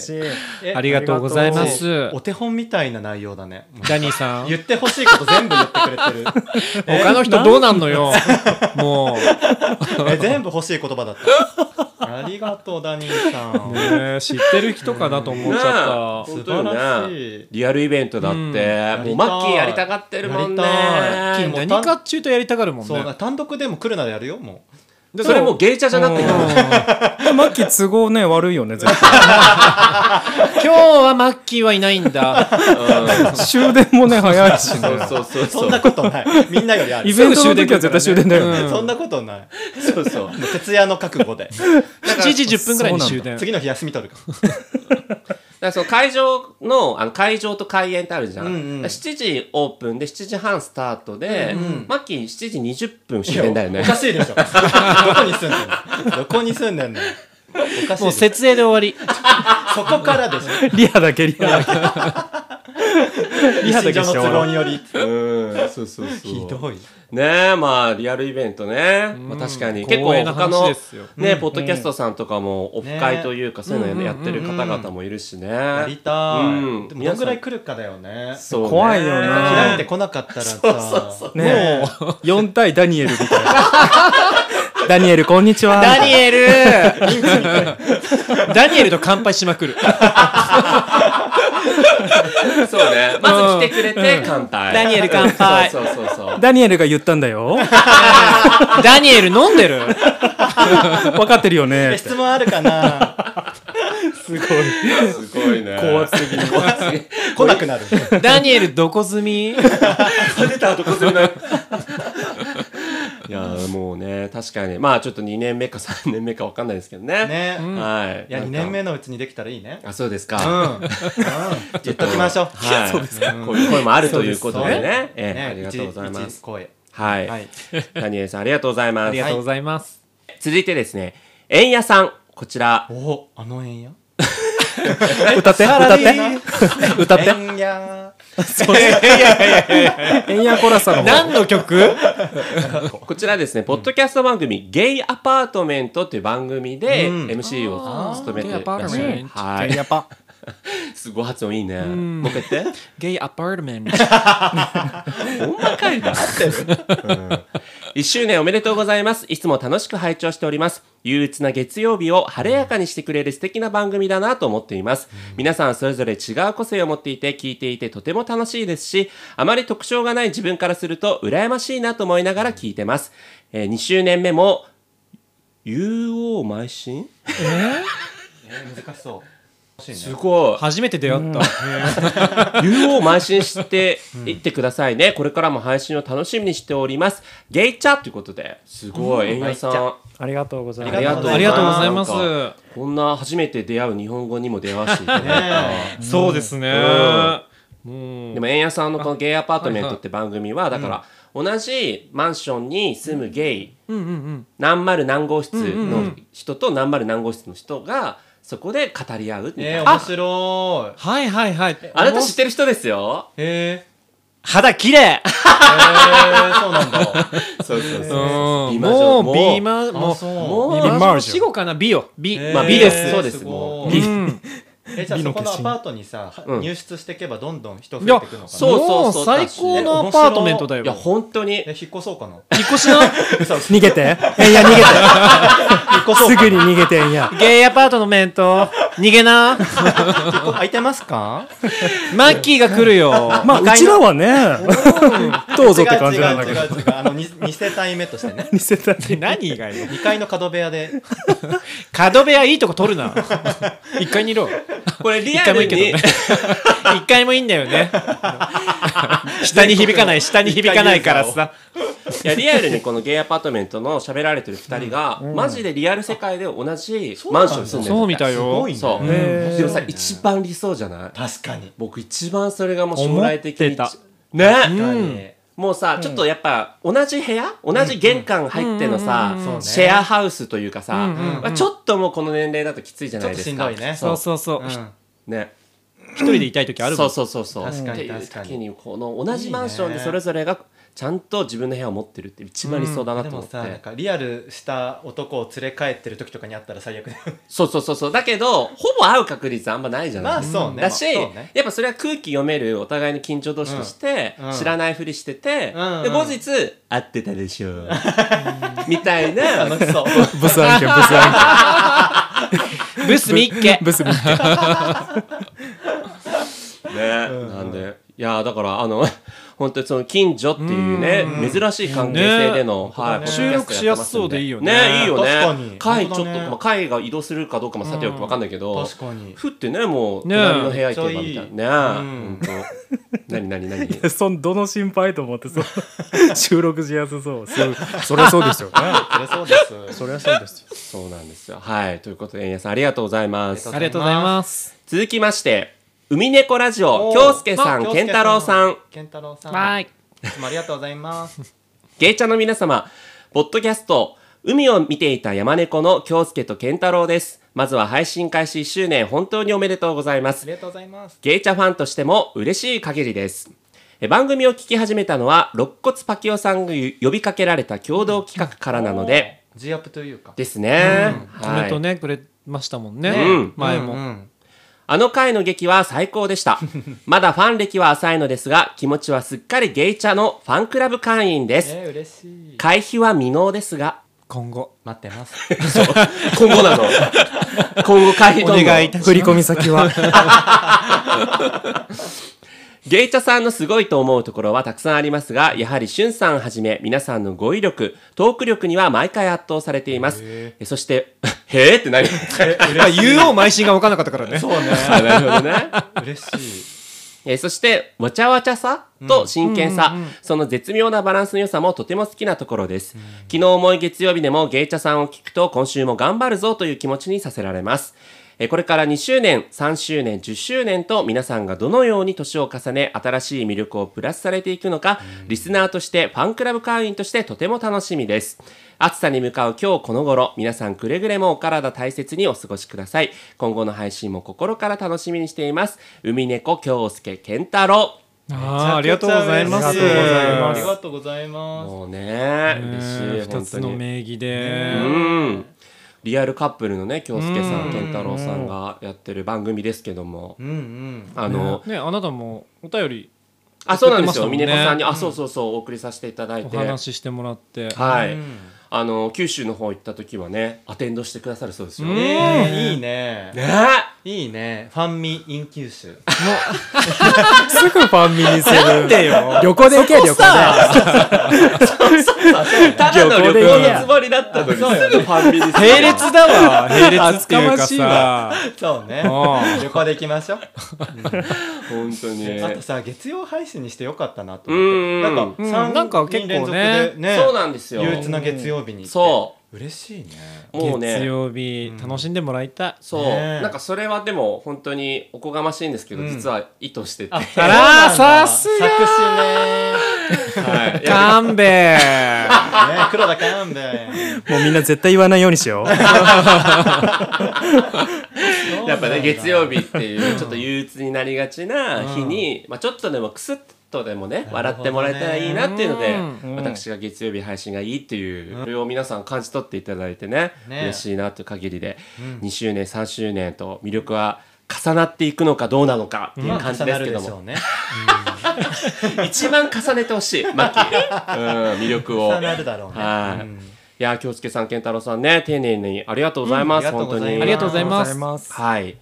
B: しいえ
C: ありがとうございま
B: あり
C: す
B: がとうお手本みたいな内容だね
C: ジャニーさん
B: 言ってほしいこと全部言ってくれてる
C: 他の人どうなんのよも
B: え全部欲しい言葉だったありがとうダニーさん
C: う、ねえ知ってる人かなと思っちゃった
B: ね
F: 本当よね
B: 素晴らしい
F: リアルイベントだって、
B: ん
F: もうマッキーやりたがってるもんね
B: やりたい
F: もう
B: ね
C: 何かっちゅうとやりたがるもん
B: そうだ
C: ね
B: 単独でも来るならやるよも
F: でそれもうゲイチャじゃなくて
D: うんマッキー都合ね悪いよね絶対
C: 今日はマッキーはいないんだ
D: 終電もね早いしね
F: そうそう
B: うそ
F: そ
B: ん
F: う
B: なことないみんなよりあ
D: イ
B: る
D: ベントの時は絶対終電だよね、
B: そんなことない
F: そうそう
B: もう徹夜の覚悟で
C: 7時10分ぐらいに終電
B: 次の日休み取るから
F: だからその会場のあの会場と開演ってあるじゃん、
B: うんうん
F: 7時オープンで7時半スタートで、マッキー7時20分終電だよ
B: いや
F: ね
B: おかしいでしょどこに住んでんのどこに住んでんのおかしいでし
C: もう
B: ょ
C: 設営で終わ
B: そこからでしょ
D: リハだけリハだけリハだ
B: 一
D: け
B: 条
D: し
B: の都
D: て終わ
B: 合
D: ろう
B: により
F: うん
G: そうそうそう
B: ひどい
F: ねえまあリアルイベントね、まあ、確かに結構
C: 光栄な
F: 他の
C: 話ですよ
F: ね、ポッドキャストさんとかもオフ会というか、そういうのやってる方々もいるしね、
B: やりたい、
F: うん
B: でもどんぐらい来るかだよね
F: そうね
D: 怖いよ
B: 開
D: ね
B: いてこなかった らさ
D: ねえ4対ダニエルみたいなダニエルこんにちは
C: ダニエル ダニエルと乾杯しまくる。
F: そうねまず来てくれて乾杯、
C: ダニエル乾杯
F: そうそうそうそう
D: ダニエルが言ったんだよ
C: ダニエル飲ん でる
D: 分かってるよね
B: え質問あるかな
F: すごいね怖すぎる怖すぎる
B: 来なくなる
C: ダニエルどこ住み
F: 出たとこするないやもうね確かにまあちょっと2年目か3年目かわかんないですけどね
B: ね
F: はい
B: いや
F: なんか
B: 2年目のうちにできたらいいね
F: あそうです
B: うん
F: か、
B: うん言っときましょう
F: はいこういう声もあるということで
B: そう
F: ねええ
B: ね
F: ありがとうございま
B: 一
F: す
B: 一声
F: はい、
B: はい
F: ダニエルさんありがとうございます
C: ありがとうございます。
F: 続いてですね円屋さんこちら
B: おあの円や
D: 歌って歌って歌って
B: 円や
D: エンヤコラサの方
C: 何の曲
F: こちらですね、ポッドキャスト番組、ゲイアパートメントという番組で MC を務めていらっしゃ
C: あーゲイアパートメ
F: る。
C: ント
F: は
D: エン
F: い。
D: ヤパ
F: すごい発音いいね。もう一回言って。
C: ゲイアパートメント。
F: ほんまかいな。1周年おめでとうございます。いつも楽しく拝聴しております。憂鬱な月曜日を晴れやかにしてくれる素敵な番組だなと思っています。皆さんそれぞれ違う個性を持っていて、聞いていてとても楽しいですし、あまり特徴がない自分からすると羨ましいなと思いながら聞いてます。え2周年目も、UO 邁進
B: 難しそう
F: すごい。
C: 初めて出会った。
F: UO を邁進して いってくださいね。これからも配信を楽しみにしております。ゲイチャということで、すごい、円谷さん。あ
D: ありがとうござい
F: りがとうございます。
C: ありがとうございます
F: なんかこんな初めて出会う日本語にも出会わせていただい
C: そうですね。
F: た。でも、円谷さんのこのゲイアパートメントって番組は、だから、同じマンションに住むゲイ、何丸何号室の人と何丸何号室の人が、そこで語り合うみたい
B: えー
F: な。
B: 面白い
C: はいはいはい。
F: あなた知ってる人ですよ。
B: え
C: 肌綺麗
B: ー、えー、そうなんだ
F: そうそうそう。
C: もう
F: 美
C: ビ
F: 魔女
C: ーマー、も
B: あ
C: う、
B: そう
F: もう
C: ビーマ
D: マ
C: ー
D: ー
C: ジ
D: ジョ
C: ョ死後かな美よ美
B: えー
F: まあ美ですそうです
B: すご
F: もう
B: い
F: 美
B: えじゃあそこのアパートにさ
F: うん
B: 入室していけばどんどん人増
C: いや
B: えていくのかな
F: そうそう
C: も
F: そうう
C: 最高のア
B: 確かに
C: パートメントだよ
F: いや、本当に
B: え。引っ越そうかな
C: 引っ越し の
D: 逃げてエンヤ逃げてすぐに逃げてエンヤ
C: ゲイアパートのメント逃げな
B: 空いてますか
C: マッキーが来るよ
D: まあうちらはねどうぞって感じなんだけ
B: 違う
D: ど
B: 違う違う違うあのに2世帯目としてね
D: 見せたい
C: 何がよ
B: 2階の角部屋で
C: 角部屋いいとこ取るな一階にいろ
F: これリ
C: 一
F: ア
C: 階もい
F: ル
C: いけ
F: に
C: どね 一階もいいんだよね下に響かない下に響かないからさ
F: いやリアルにこのゲイアパートメントの喋られてる2人が、マジでリアル世界で同じマンションに住んでる
C: そうみたい
B: すご
C: よ
B: いね
F: そう、
D: へー
F: でもさ一番理想じゃない
B: 確かに
F: 僕一番それがもう将来的
C: 思って
F: に
C: た
F: ね
B: うん
F: もうさ、ちょっとやっぱ同じ部屋同じ玄関入ってのさ、
B: うんうんうん
F: シェアハウスというかさ、
B: ん
F: まあ、ちょっともうこの年齢だときついじゃ
B: ち
F: な
B: ょ
F: い
B: っと
F: です
B: しん
F: か
B: どいね
C: そうそうそう
B: うん
F: ね
C: 一人でいたい時あるも
F: そ
C: ん
F: うそうそうそう
B: 確かに
F: っていう
B: 確かに
F: 時にこの同じマンションでそれぞれがちゃんと自分の部屋を持ってるって一番理想だな
B: で
F: と思
B: も
F: って、
B: さなんかリアルした男を連れ帰ってる時とかにあったら最悪だよね
F: そうそうそうそうだけどほぼ会う確率あんまないじゃない
B: まあそうね
F: だし、
B: まあそうね
F: やっぱそれは空気読めるお互いに緊張同士として、
B: うんうん
F: 知らないふりしてて、
B: うんうん
F: で後日会ってたでしょ みたいな
B: 楽しそう
D: ブス案件ブス案
C: ブスミッケ
D: 件ブスみたい
F: ね、なんでいやだからあの 本当にその近所っていうね、珍しい関係性での、はい
C: ね
F: ポッドキャストやってますん
C: 収
F: で
C: 録しやすそうでいいよね
F: ねいいよね
B: 確かに
F: 会ちょ
B: 本当
F: っと、
B: だね
F: まあ、会が移動するかどうかもさておきわかんないけど、
B: 確かに
F: ふってねもう
C: ね
F: 隣の部屋行けばみたい
B: めっち
F: な
B: う
F: ね
B: ん
F: 本 当何何何
D: なそんどの心配と思って そう収録しやすそうそうそりゃそう ですよね
B: そりゃそうです
D: そりゃそうですよ
F: そうなんですよはいということで円谷さんありがとうございます
B: あ
C: ありがとうございます
F: 続きまして海猫ラジオ
B: おー
F: 京介さん
B: あ
F: 健太郎さん
B: 健太郎さん
C: はいい
B: つもありがとうございます
F: ゲイチャの皆様、ポッドキャスト、海を見ていた山猫の京介と健太郎です。まずは配信開始1周年、本当におめでとうございま
B: あ
F: す。
B: りがとうございます
F: ゲイチャファンとしても嬉しい限りです。え番組を聞き始めたのは肋骨パキオさんが呼びかけられた共同企画からなので、
B: ジアップというか
F: ですね、は
C: コメン
F: い
C: トねくれましたもんね
F: うん
C: 前
B: う
C: も
B: ん
F: あの回の劇は最高でしたまだファン歴は浅いのですが気持ちはすっかりゲイチャのファンクラブ会員です
B: えー、嬉しい
F: 会費は未納ですが
C: 今後
B: 待ってます
F: 今後なの今後会費
C: お
F: どんどん
C: 願いいたし
D: 振り込み先は
F: ゲイチャさんのすごいと思うところはたくさんありますが、やはりしゅんさんはじめ皆さんの語彙力、トーク力には毎回圧倒されています。えそして、 へーって何
C: まあ言おう邁進が分からなかったからね
B: そうね
F: あなるほどね。
B: 嬉しい
F: えーそして、わちゃわちゃさと真剣さ、その絶妙なバランスの良さもとても好きなところです。昨日重い月曜日でもゲイチャさんを聞くと今週も頑張るぞという気持ちにさせられます。えーこれから2周年、3周年、10周年と皆さんがどのように年を重ね新しい魅力をプラスされていくのか、リスナーとしてファンクラブ会員としてとても楽しみです。暑さに向かう今日この頃、皆さんくれぐれもお体大切にお過ごしください。今後の配信も心から楽しみにしています。海猫京介健太郎。
C: あーありがとうございます
D: ありがとうございます
B: ありがとうございます
F: もうね、嬉しい、
C: 2
F: 本
C: つ
F: 当
C: の
F: に。
C: 名義
F: う
C: で
F: ん。リアルカップルのね、京介さん、健太郎さんがやってる番組ですけども
B: う、んうん
F: あの、
C: ねあなたもお便り
F: あ、そうなんですよ、
C: 送
F: み
C: ってましたもんね
F: ねこさんに、あ、そうそうそう、お送りさせていただい
C: お
F: て、
C: 話ししてもらって
F: は
B: う
F: い。
B: ん
F: あの、九州の方行った時はね、アテンドしてくださるそうですよ。ね
B: えー、いいね
F: え
B: いいねファンミイン九州
D: すぐファンミにする
C: なんでよ
D: 旅行で行け旅行で
F: ただの旅行のつもりだったのに、すぐファンミに
C: 並列だ わ並列っていう
D: 厚かま
C: か
D: しい
C: さ
B: そうね
C: う
B: 旅行で行きましょう
F: 本当に。
B: あとさ月曜配信にしてよかったなと
F: う
B: 思って
F: ん。
B: なんか
C: うん
B: 三
C: なんか結構ね
B: 人連続でね
F: そうなんですよ。
B: 憂鬱な月曜日に
F: そう
B: 嬉しいね
F: もう
C: 月
F: ね、
C: 曜日楽しんでもらいたい
F: そう、
B: ねえ
F: なんかそれはでも本当におこがましいんですけど、
B: うん
F: 実は意図してて、はい、
C: あらーさすが
B: 作詞
F: いや
C: 勘弁
B: ねね黒田勘弁
D: もうみんな絶対言わないようにしよう
F: やっぱね月曜日っていうちょっと憂鬱になりがちな日に、まあちょっとでもクスッとでも
B: ほど
F: ね
B: ね
F: 笑ってもらえたらいいなっていうので、
C: うん
F: 私が月曜日配信がいいっていう、それを皆さん感じ取っていただいてね
B: ね
F: 嬉しいなという限りで、2周年3周年と魅力は重なっていくのかどうなのかっていう感じですけども、
B: もね
F: 一番重ねてほしいマッキー、うん、魅力を
B: 重。なるだろうね
F: はい
B: うん
F: いやー京介さん健太郎さんね丁寧にありがとうございます、
B: うんありがとうご
F: 本当
B: ざいま
F: に
B: すありがとうご
C: ざいます
D: ます
F: はい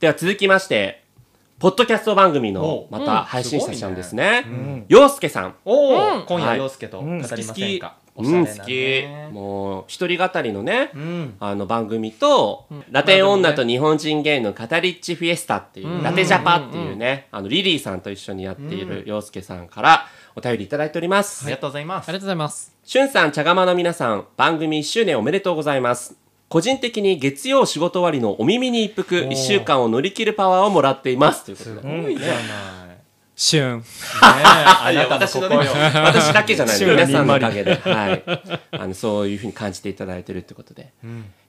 F: では続きましてポッドキャスト番組の
B: お
F: また配信者さんですね
D: ん
F: 洋介さん
B: おお今夜
F: はい
B: 陽介と語りませんかおし
F: う
B: ゃ
F: ん
B: れ
F: 好
B: な
F: き
B: ね
F: もう一人語りのね
B: うん
F: あの番組と、ラテン女と日本人芸のカタリッチフィエスタっていう、ラテジャパっていうね、あのリリーさんと一緒にやっている洋介さんからお便りいただいております、
B: ありがとうございま
C: あ
B: す
C: りがとうございます
F: しゅんさん、茶釜の皆さん、番組1周年おめでとうございます。個人的に月曜仕事終わりのお耳に一服、1週間を乗り切るパワーをもらっています。ということ
B: す
F: で。
B: ごいじゃないね
C: 旬
B: あ
F: いや
B: なたの
F: 私
B: こ
F: の
B: こ
F: ね、
B: よ
F: 私だけじゃないの、
D: 週に
F: 皆さんのおかげで、はい、あのそういうふうに感じていただいてるってことで、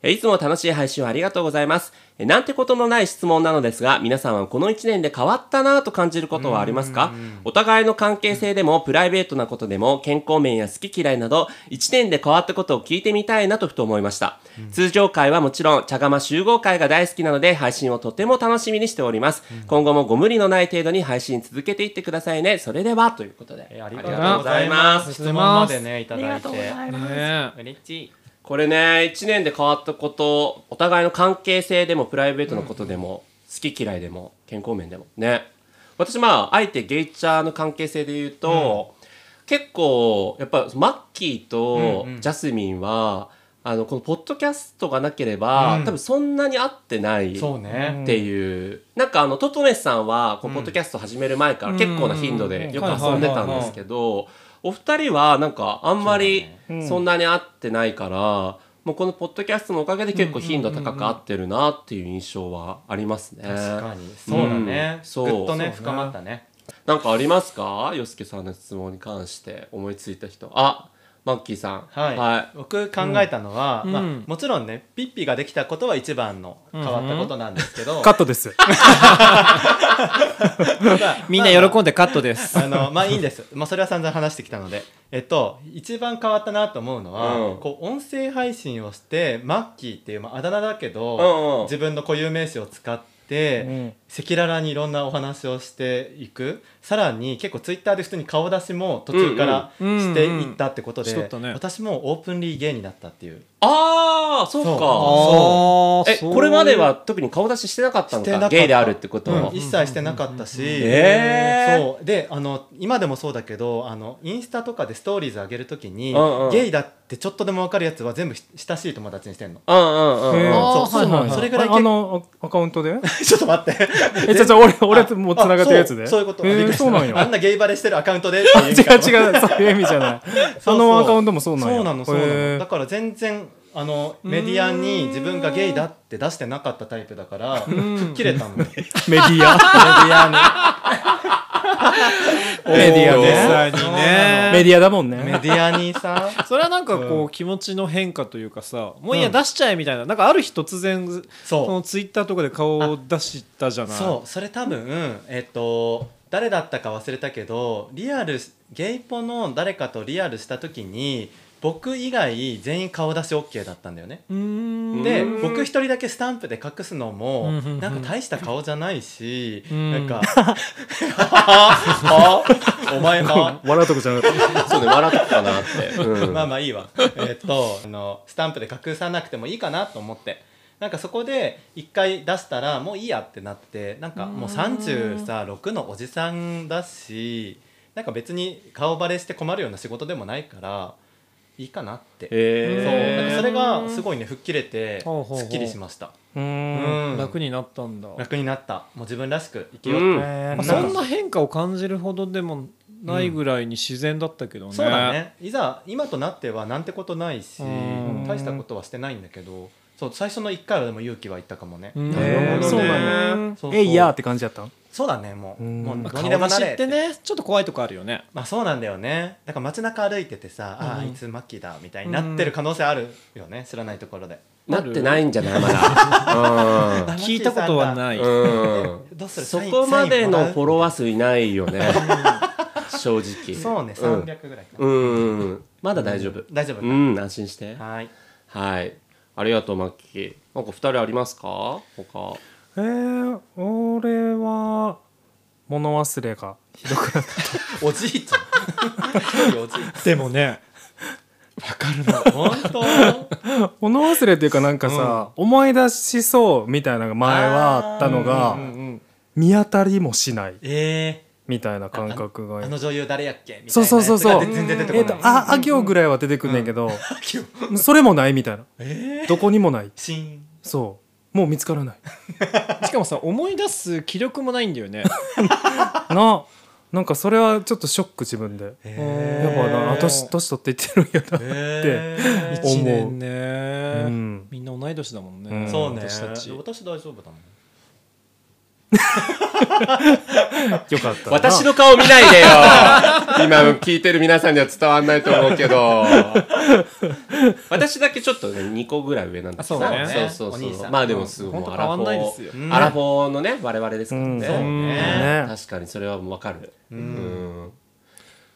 F: えいつも楽しい配信をありがとうございますえ。なんてことのない質問なのですが、皆さんはこの1年で変わったなぁと感じることはありますかお互いの関係性でも、プライベートなことでも、健康面や好き嫌いなど、1年で変わったことを聞いてみたいなとふと思いました。通常会はもちろん、茶釜集合会が大好きなので、配信をとても楽しみにしております。今後もご無理のない程度に配信続けていってくださいね。それでは、ということで。
B: えありが
F: あ
B: と
F: りがと
B: う
F: う
B: ご
F: ご
B: ざ
F: ざ
B: い
F: い
B: ま
F: ますす
B: 質問までねいただいて
C: ね
B: 嬉しい
F: これね1年で変わったことお互いの関係性でもプライベートのことでも、好き嫌いでも健康面でもね私まああえてゲイチャーの関係性で言うと、結構やっぱマッキーと
B: うんうん
F: ジャスミンは、あのこのポッドキャストがなければ、
B: うん
F: 多分そんなに合ってないっ
B: そうね
F: ていう、なんかあのトトメスさんはこのポッドキャスト始める前から結構な頻度でよく遊んでたんですけど、お二人はなんかあんまり、そんなに合ってないから、もうこのポッドキャストのおかげで結構頻度高く合ってるなっていう印象はありますね。
B: 確かにそうだね
F: うん
B: ぐ
F: そう
B: っとね
F: そう
B: 深まったね
F: なんかありますか、よすけさんの質問に関して思いついた人。あ、
A: マッキーさん。
B: はい、
A: はい。
B: 僕考えたのは、
E: うん
B: まあ
E: うん、
B: もちろんねピッピができたことは一番の変わったことなんですけど、
D: カットです。
B: まあ
C: みんな喜んでカットです。
B: あのまあいいんです、まあ、それは散々話してきたので、えっと、一番変わったなと思うのは、
A: うん
B: こう音声配信をしてマッキーっていう、まあ、あだ名だけ
A: うんうん
B: ど、自分の固有名詞を使って。
D: うん
B: 赤裸々にいろんなお話をしていくさらに結構ツイッターで普通に顔出しも途中から
C: うんうん
B: していったってことで、
C: うんうんしとったね
B: 私もオープンリーゲイになったっていう
A: ああ、そう
B: そう
A: か。
C: あー
A: え、
C: そう
A: これまでは特に顔出ししてなかったの
B: してなか
A: か。
B: った
A: ゲイであるってこと
B: うん
A: を。
B: 一切してなかったし、
A: えー
B: そうであの今でもそうだけどあのインスタとかでストーリーズ上げるときに、
A: うんうん
B: ゲイだってちょっとでも分かるやつは全部ひ親しい友達にしてんの
A: うんうんうん
D: へ
A: う
D: ー
A: ん。
B: そう
E: はいはいはい
B: それぐらい
D: ああのあアカウントで
B: ちょっと待って
D: え、じゃじゃ俺、俺もつながったやつで
B: あそうそういうこと、
D: えー
B: びっくりした
D: そうなんや
B: あんなゲイバレしてるアカウントで
D: 違う違う、そういう意味じゃない。そのアカウントもそうなんや
B: そうなのそうな
D: へ
B: の
D: ー
B: だから全然あのメディアに自分がゲイだって出してなかったタイプだから吹っ切れ たのメディ
D: メディア。
B: ア に
D: メディアね
C: 大げさにね
D: メディアだもん
B: メ
D: ね。
B: ディアにさ
C: それはなんかこ
B: う
C: う気持ちの変化というかさもういいや
B: うん
C: 出しちゃえみたいななんかある日突然
B: そう
C: のツイッターとかで顔を出したじゃない
B: そうそれ多分えっ、と誰だったか忘れたけどリアルゲイポの誰かとリアルした時に僕以外全員顔出し OK だったんだよね
C: うーん
B: で
A: うん
B: 僕一人だけスタンプで隠すのも
C: うんうんうん
B: なんか大した顔じゃないし
C: ん
B: なんか「 あ お前は
D: 笑うとこじゃなかった。
A: そうね、笑ったかなって。うん
B: まあまあいいわ。えっと、あの、スタンプで隠さなくてもいいかなと思って。なんかそこで一回出したらもういいやってなってなんかもう36のおじさんだしなんか別に顔バレして困るような仕事でもないからいいかなって、そうなんかそれがすごいね吹っ切れて
C: ほうほうほう
B: すっきりしましたう
D: うーん。
B: ん
C: 楽になったんだ
B: 楽になったもう自分らしく生き
A: う
B: よう、
A: ん
C: ま
D: う
C: あ
D: ん
C: そんな変化を感じるほどでもないぐらいに自然だったけどね
B: そうだねいざ今となってはなんてことないし
C: うん
B: 大したことはしてないんだけどそう最初の1回はでも勇気はいったかもね、
C: う
D: へ
C: ん
D: ー
B: なるほどね
D: そうな
B: そうそう
D: えいやーって感じだったん
B: そうだねもう
D: うん
B: もう
C: まあ
B: どう
C: 顔
B: にでも
C: 出
B: な
C: し
B: れ
C: ってねちょっと怖いとこあるよね
B: まあそうなんだよねだから街中歩いててさ、ああーいつマッキーだみたいになってる可能性あるよね知らないところで
A: なってないんじゃないまだ。
C: 聞いたことは
B: いう
C: ない
A: うん。うん
B: どうする
A: そ
B: サイン
A: こまでのフォロワー
B: サ
A: 数いないよね。正直。
B: インもらうそうね
A: ん
B: 300ぐらいかな、
A: うんうん。まだ大丈夫。
B: 大丈夫か、
A: うん、安心して。
B: はーい
A: はい。ありがとう、マッキー。なんか二人ありますか他。
D: えー、俺は物忘れが
B: おじいちゃん一 人おじいち
C: でもね
B: ゃん本当
D: 物忘れっていうかなんかさ、思い出しそうみたいなのが前はあったのが、見当たりもしない
B: え
D: みたいな
B: ー、
D: 感覚が
B: あの女優誰やっけみたいなやつ
D: そうそうそうそう
B: が全然出てこ
D: え
B: な
D: っ
B: い、
D: とああ行ぐらいは出てくんねんけど、それもないみたいな
B: えー、
D: どこにもない
B: シーン
D: そうもう見つからない
C: しかもさ思い出す気力もないんだよね
D: ななんかそれはちょっとショック自分で、
B: え
D: やっぱなあ年年取っていってるんやな、
B: え
D: 思う
C: 一年
D: う
C: ね
D: ん、
C: みんな同い年だもん
D: う
C: ね
D: ん
B: そうね
C: 私たち
B: 私大丈夫だもん
D: よかったな
A: 私の顔見ないでよ 今聞いてる皆さんには伝わんないと思うけど 私だけちょっとね2個ぐらい上なんです
C: あそうね
A: そうそう
B: お兄
A: そう
B: さん
A: まあでもすごい
C: うん
A: もう
C: ほん
A: ア
C: と
A: ラ
C: 変わ
A: フ
C: ん
A: ォ
C: ない
A: ー
C: ですよ
B: うん
A: アラフォーのね我々ですから
D: うん
A: ね,、
D: そうね
A: 確かにそれはもう分かるうん、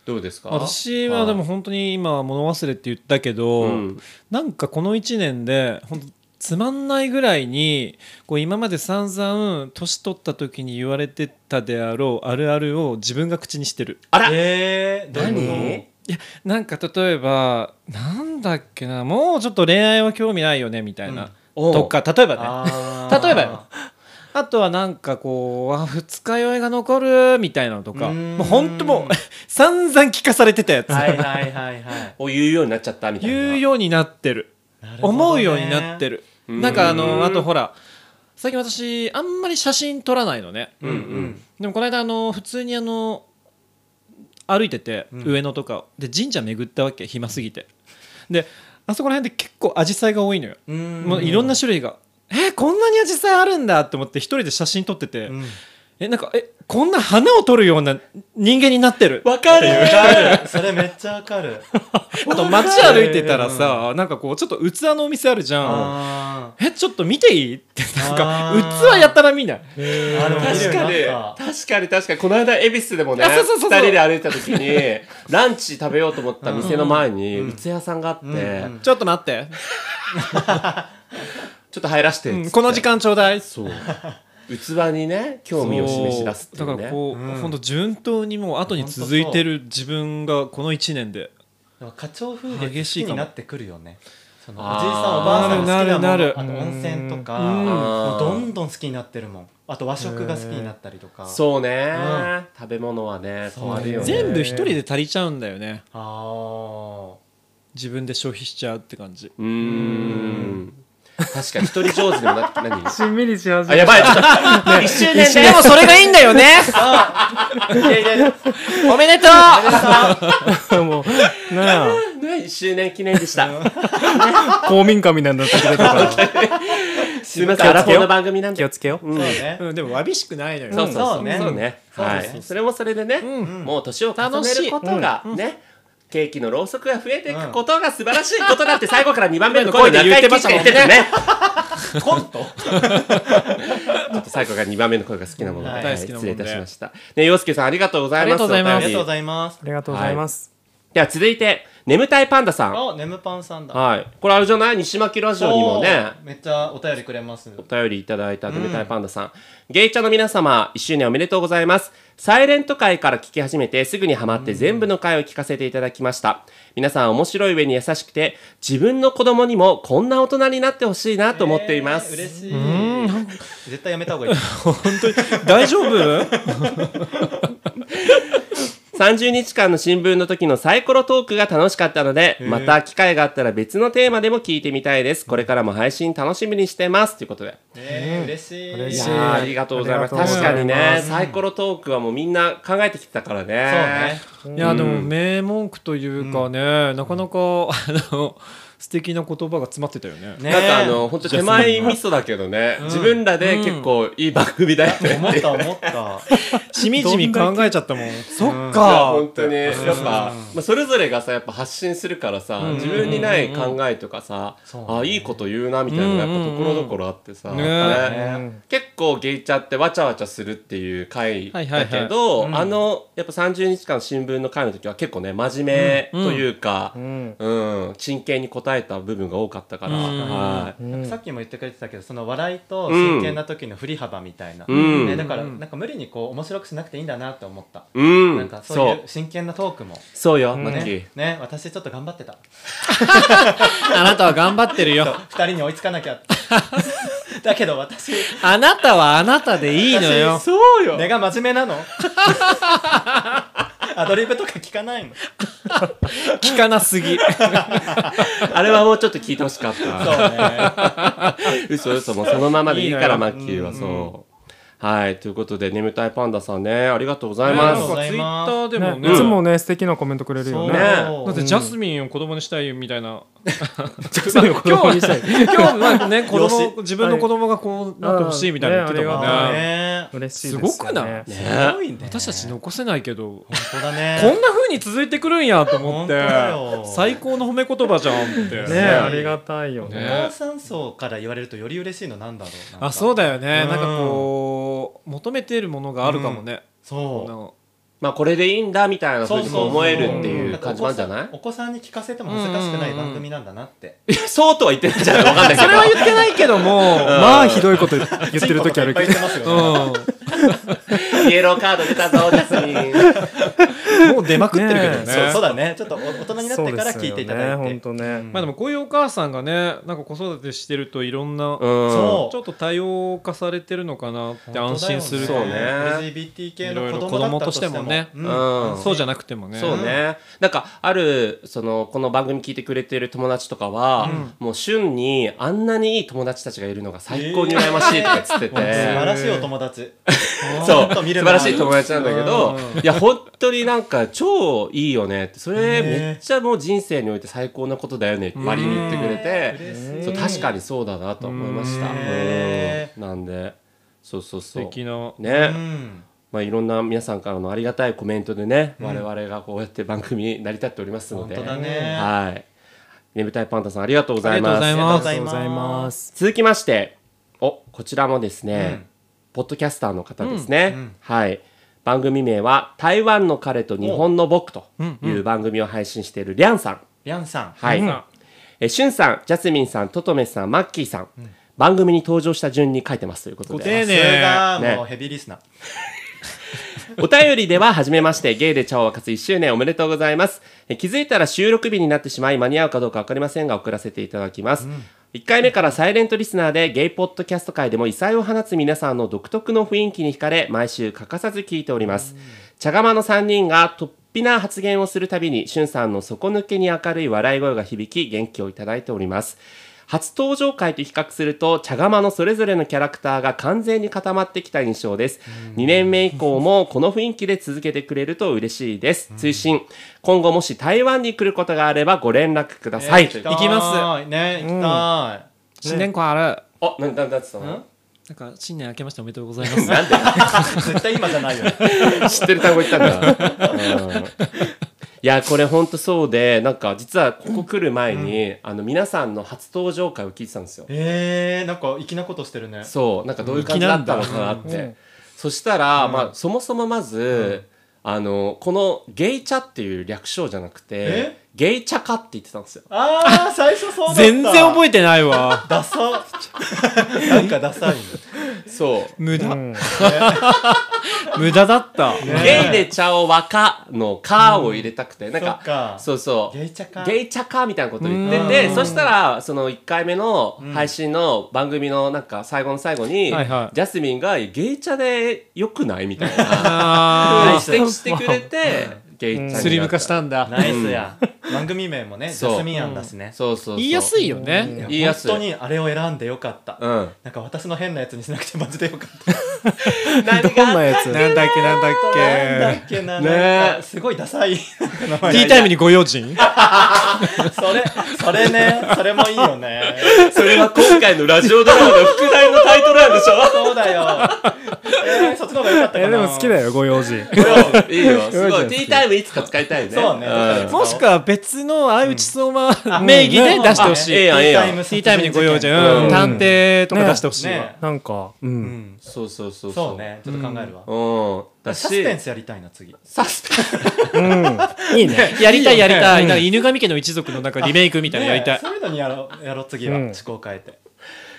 A: どうですか
C: 私はでも本当に今物忘れって言ったけど、
A: うん
C: なんかこの1年で本当つまんないぐらいにこう今まで散々年取った時に言われてたであろうあるあるを自分が口にしてる
A: あら
B: えー、どういうこと
A: 何
C: なんか例えばなんだっけなもうちょっと恋愛は興味ないよねみたいな、
A: うん
C: とか例えばね
B: あー
C: 例えばよあとはなんかこうあ二日酔いが残るみたいなのとか
B: うーん
C: もう本当もう 散々聞かされてたやつ、
B: はいはいはいはい
A: お言うようになっちゃったみたいな
C: 言うようになってる
B: なるほどね
C: 思うようになってる
A: うん
C: なんかあのあとほら最近私あんまり写真撮らないのね
A: うんうん
C: でもこの間あの普通にあの歩いてて
B: うん
C: 上野とかで神社巡ったわけ暇すぎてであそこら辺で結構アジサイが多いのよ
B: うーん
C: もういろんな種類がえーこんなにアジサイあるんだって思って一人で写真撮ってて
B: うん
C: えなんかえこんな花を取るような人間になってる
E: わかる
B: わかるそれめっちゃわかる
C: あと街歩いてたらさなんかこうちょっと器のお店あるじゃん
B: あ
C: えちょっと見ていいってなん
B: あー
C: か器やったら見ない
B: ーあの
F: 確かに
B: なん
F: 確かに確かにこの間恵比寿でもね
C: あそうそうそうそう
F: 2人で歩いた時にランチ食べようと思った店の前にうつ屋さんがあって、
B: ん
C: ちょっと待って、
F: ちょっと入らしてっつって、
C: うんこの時間ちょうだい
F: そう器にね興味を示し出すってい
C: だ
F: う
C: から
F: ね
C: こう、
B: うん
C: ほんと順当にもう後に続いてる自分がこの1年で
B: でも花鳥風月好
C: 激し
B: き
C: いかも
B: になってくるよねそのおじい
F: あー
B: さんおばあさんが好きなもの
C: なるなる
B: あと温泉とか
C: うん
B: もうどんどん好きになってるもんあと和食が好きになったりとか
F: そうね、
B: うん
F: 食べ物はね
B: そう
F: 変わるよね
C: 全部一人で足りちゃうんだよね
B: あー
C: 自分で消費しちゃうって感じ
F: うーん確かに一人上手でもなって何
D: しんみりし始
F: あ
D: めた
F: やばいちょ っと
A: 1周年
E: で
A: で
E: もそれがいいんだよねおめでとう
D: もうなあ
F: 1周年記念でした
D: 公民館みたいになってくれたから
F: すみませんアラフォーの番組なん
D: 気
F: で
D: をつけよう
B: そうね
C: うん、でもわびしくないのよ
F: そうそう
B: う
F: そ
B: ん
F: うそうね
B: そうね
F: は
B: そうそうそ
F: いうそれもそれでね
C: うん
F: もう年を重ねることがねケーキのろうそくが増えていくことが素晴らしいことだって最後から2番目の声で言ってましたもんね
B: コ ント
F: ちょっと最後が2番目の声が好きなもので、
B: はい
F: はい
C: 大好きなもんね
F: 失礼いたしましたね陽介さんありがとうござ
E: あ
F: います
E: りがとうございます
B: あ
F: お便
B: りがとうご
F: り
B: ざいます
D: ありがとうございます、
F: では続いて眠たいパンダさん
B: あネムパンさんだ
F: はいこれあれじゃない西巻ラジオにもね
B: おーめっちゃお便りくれます
F: お便りいただいた眠たいパンダさん、ゲイチャの皆様1周年おめでとうございますサイレント会から聞き始めてすぐにハマって全部の回を聞かせていただきました皆さん面白い上に優しくて自分の子供にもこんな大人になってほしいなと思っています、
B: えー嬉しい絶対やめた方がいい
C: 大丈夫
F: 30日間の新聞の時のサイコロトークが楽しかったので、また機会があったら別のテーマでも聞いてみたいです。これからも配信楽しみにしてます。ということで。
B: えー嬉しい
D: 嬉
F: い
D: し
F: や
D: い
F: ーありがとうございます。
D: ありがとう
F: 確
D: ご
F: か
D: ざいます
F: にね、サイコロトークはもうみんな考えてきてたから
B: そうね
F: ね。
C: いやでも名文句というかね、なかなかあの素敵な言葉が詰まってたよね
B: ね
F: なんかあの、本当手前味噌だけどね、自分らで結構いい番組だよね。
B: 思った思った
C: しみじみ考えちゃったもんそっ
F: いや本当にやっぱ、まあ、それぞれがさやっぱ発信するからさ、自分にない考えとかさ、
B: そう
F: あいいこと言うなみたいなのがやっぱところどころあってさ、
C: うんうん
F: やっぱね
B: ね
F: 結構ゲイチャってわちゃわちゃするっていう回
C: はいはいは
F: だ
C: い
F: けど、あのやっぱ30日間新聞の回の時は結構ね真面目というか、うん
D: ん
F: 真剣に答えた部分が多かったから、はい
B: さっきも言ってくれてたけどその笑いと真剣な時の振り幅みたいな、
F: ん
B: ね、だからなんか無理にこう面白くしなくていいんだなって思った、
F: うん
B: なんかそう
F: そ
B: いう
F: う
B: 真剣なトークも
F: そうよ、マッキー
B: ね。ね私ちょっと頑張ってた
E: あなたは頑張って るよ
B: 2人に追いつかなきゃって だけど私
E: あなたはあなたでいいのよ
F: そうよ
B: 根が真面目なの アドリブとか聞かないの
C: 聞かなすぎ
F: あれはもうちょっと聞いてほしかった。
B: そうね
F: 嘘嘘もうそのままでいいから
C: いい
F: マ
C: の
F: ッキーはそう。はいということで眠たいパンダさんねありがとうございま
B: ありがとう
F: す
B: ご。ざい
C: ツイッ
B: ま
C: タ
B: す
C: ーでも
D: ね
C: ね
D: いつもね素敵なコメントくれるよね
B: そう
C: だってジャスミンを子供にしたいみたいな
D: そういう子供に したい
C: 今日まあね子
B: よし
C: 供自分の子供がこうなってほしいみたいな言ってたもんね
D: うんねありがとう
B: ね
D: 嬉しいですすよ
C: ごくない
D: ね
B: すごいね
C: 私たち残せないけど
B: 本当だ
C: こん
B: ね
C: な風に続いてくるんやと思っ
B: 本当だ
C: て
B: よ
C: 最高の褒め言葉じゃんって
D: ねありがたいよね
C: ね
B: 炭酸層から言われるとより嬉しいのなんだろうなんか
C: あそうだよね
B: うん
C: なんかこう求めてるものがあるかもね
B: そう
C: なんか
F: まあこれでいいんだみたいなふ
B: そうう
F: に
B: そう
F: 思えるっていう感じなんじゃない
B: お子さんに聞かせても恥ずかしくない番組なんだなって
F: いやそうとは言ってないじゃんわかんないけ
C: それは言ってないけども
D: まあひどいこと言ってる時ある け
B: いっぱい言ってますよね
C: う
F: どイエローカード出たぞジャスミン
C: んもう出まくってるけどね
D: ね
B: そうそうだねちょっとお大人
D: ど
B: になってから聞いていただいて
D: 本当ね
C: まあでもこういうお母さんがねなんか子育てしてるといろんなち
F: うん
B: そ
C: ょっと多様化されてるのかなって安心する
F: そうね
B: LGBT 系の子供だったとしてもね
C: いろいろ子供としても
B: う
C: ね
B: ん
F: うん
C: そうじゃなくてもね
F: そうね、なんかあるそのこの番組聞いてくれてる友達とかは、もう瞬にあんなにいい友達たちがいるのが最高に羨ましいとか 言ってて、
B: 素晴らしいお友達
F: そ
B: ほんと
F: う
B: 見
F: 素晴
B: る目
F: ら
B: ある
F: しい友達なんだけどいや本当になんか超いいよねってそれめっちゃもう人生において最高なことだよねって割に言ってくれて
B: 嬉しい
F: そう確かにそうだなと思いました
B: ね
F: うんなんでそうそうそう
C: 素敵な
F: ね、
B: うん
F: まあ、いろんな皆さんからのありがたいコメントでね、我々がこうやって番組成り立っておりますので
B: 本当だね
F: はい眠たいパンダさんありがとうございます
C: ありがとうございます
B: ありがとうございます
F: 続きましておこちらもですね、ポッドキャスターの方ですね、はい番組名は「台湾の彼と日本の僕」という番組を配信しているりゃんさん
B: りゃんさん
F: はい、えしゅんさんジャスミンさんととめさんマッキーさん、番組に登場した順に書いてますということ
C: 丁
F: で
B: それ
C: 寧
B: がもう
F: ね
B: ヘビーリスナー
F: お便りでは、はじめまして、ゲイで茶を沸かす1周年おめでとうございます。え気づいたら収録日になってしまい、間に合うかどうかわかりませんが、送らせていただきます。1回目からサイレントリスナーでゲイポッドキャスト界でも異彩を放つ皆さんの独特の雰囲気に惹かれ毎週欠かさず聞いております茶釜の3人が突飛な発言をするたびにしゅんさんの底抜けに明るい笑い声が響き元気をいただいております初登場回と比較すると茶釜のそれぞれのキャラクターが完全に固まってきた印象です2年目以降もこの雰囲気で続けてくれると嬉しいです追伸今後もし台湾に来ることがあればご連絡ください、
B: 行
F: という
C: 行きます
B: ね行きた
C: 新年会ある
F: あなんだなんだっつったの
C: なんか新年明けましておめでとうございます
B: い絶対今じゃない よね
F: 知ってる単語言ったん だ、うんいやこれほんとそうでなんか実はここ来る前に、あの皆さんの初登場回を聞いてたんですよ
B: えーなんか粋なことしてるね
F: そうなんかどういう感じだったのかなって、そしたら、まあ、そもそもまず、あのこの「ゲイチャ」っていう略称じゃなくて
B: え
F: 「ゲイチャカ」って言ってたんですよ
B: あー最初そうだった
C: 全然覚
B: え
C: えてないわ
B: ダ サなんかダサいね
F: そう
C: 無駄 無駄だった
F: 「ゲイで茶を沸か」の「か」を入れたくて、なん
B: そっ
F: か
B: か
F: そうそう
B: ゲイチャか
F: ゲイチャかみたいなこと言っててそしたらその1回目の配信の番組のなんか最後の最後に、
C: はいはい
F: ジャスミンが「ゲイチャでよくない?」みたいな
C: あ
F: 指摘してくれてゲイチャに
C: ー
F: なった
C: スリム化したんだ
B: ナイスや番組名もねジ
F: そう
B: ャスミンアンだしね
F: そうそうそう
C: 言いやすいよね
B: や
F: 言いやすい
B: 本当にあれを選んでよかった
F: うん
B: なんか私の変なやつにしなくてマジでよかった
F: 何
D: どんな
F: が
D: やつ
C: なんだっけなんだ
B: な
C: っ
B: ん
C: け
B: だっけな
F: ね
B: なんかすごいダサい 名前
C: ティータイムにご用心
B: それそれねそれもいいよね
F: それは今回のラジオドラマの副題のタイトルなんでしょ
B: そうだよえーそっちの方が良かったか
D: え
B: な
D: でも好きだよご用心
F: いいよすごいティータイムいつか使いたいね
B: そうね
F: ん
C: もしくは別の相内相馬名義で出してほしい
F: ええ
C: テ
F: やんええやん
B: ティータイム
C: ィータイムにご用心
F: う
C: うんん探偵とか出してほしいわ
B: ね
D: なんかう
B: うんん
F: そうそうそう
B: そうねちょっと考えるわ
F: うんだし
B: サスペンスやりたいな次
F: サスペンス
D: いいね
C: やりたいやりたいなんか犬神家の一族のなんかリメイクみたいなのやりた
B: ね
C: い
B: そういうのにやろうやろう次は
D: うん
B: 思考変えて